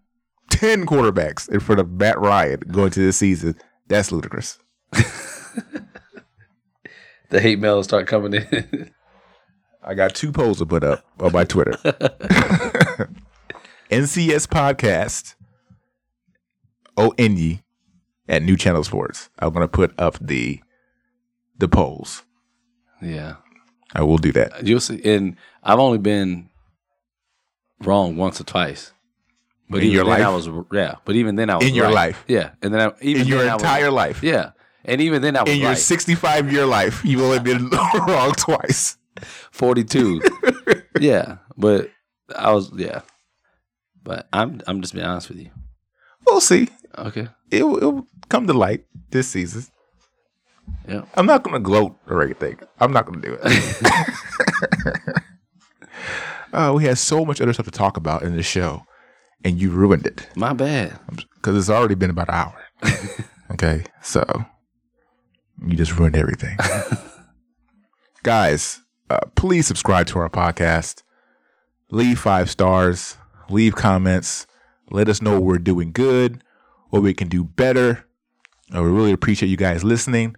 Speaker 1: ten quarterbacks in front of Matt Ryan going to this season, that's ludicrous.
Speaker 2: The hate mail start coming in.
Speaker 1: I got two polls to put up on my Twitter. NCS Podcast, ONY, at New Channel Sports. I'm going to put up the the polls.
Speaker 2: yeah.
Speaker 1: I will do that.
Speaker 2: You'll see, and I've only been wrong once or twice. But
Speaker 1: In
Speaker 2: even
Speaker 1: your
Speaker 2: then I
Speaker 1: life?
Speaker 2: was yeah. But even then I was
Speaker 1: In your
Speaker 2: right.
Speaker 1: life?
Speaker 2: yeah. And then I, even
Speaker 1: In your
Speaker 2: then I was-
Speaker 1: entire life,
Speaker 2: yeah, and even then I was
Speaker 1: in your
Speaker 2: right.
Speaker 1: 65 year life, you've only been wrong twice.
Speaker 2: Forty two. yeah, but I was yeah. But I'm I'm just being honest with you.
Speaker 1: We'll see.
Speaker 2: Okay.
Speaker 1: It'll, it'll come to light this season.
Speaker 2: Yeah.
Speaker 1: I'm not going to gloat or anything. I'm not going to do it. uh, we had so much other stuff to talk about in the show, and you ruined it
Speaker 2: My bad.
Speaker 1: because it's already been about an hour. okay, so you just ruined everything. Guys, uh, please subscribe to our podcast. Leave five stars, leave comments, let us know we're doing good, what we can do better. Uh, we really appreciate you guys listening.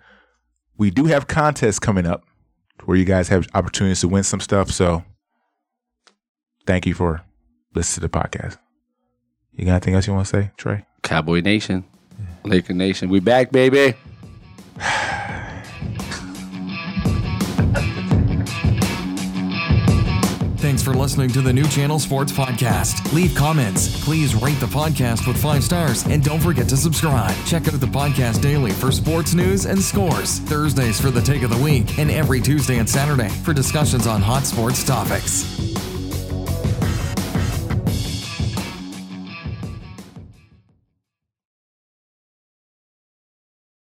Speaker 1: We do have contests coming up where you guys have opportunities to win some stuff. So thank you for listening to the podcast. You got anything else you want to say, Trey?
Speaker 2: Cowboy Nation, Laker Nation, we back, baby.
Speaker 5: Thanks for listening to the New Channel Sports Podcast. Leave comments. Please rate the podcast with five stars and don't forget to subscribe. Check out the podcast daily for sports news and scores, Thursdays for the take of the week, and every Tuesday and Saturday for discussions on hot sports topics.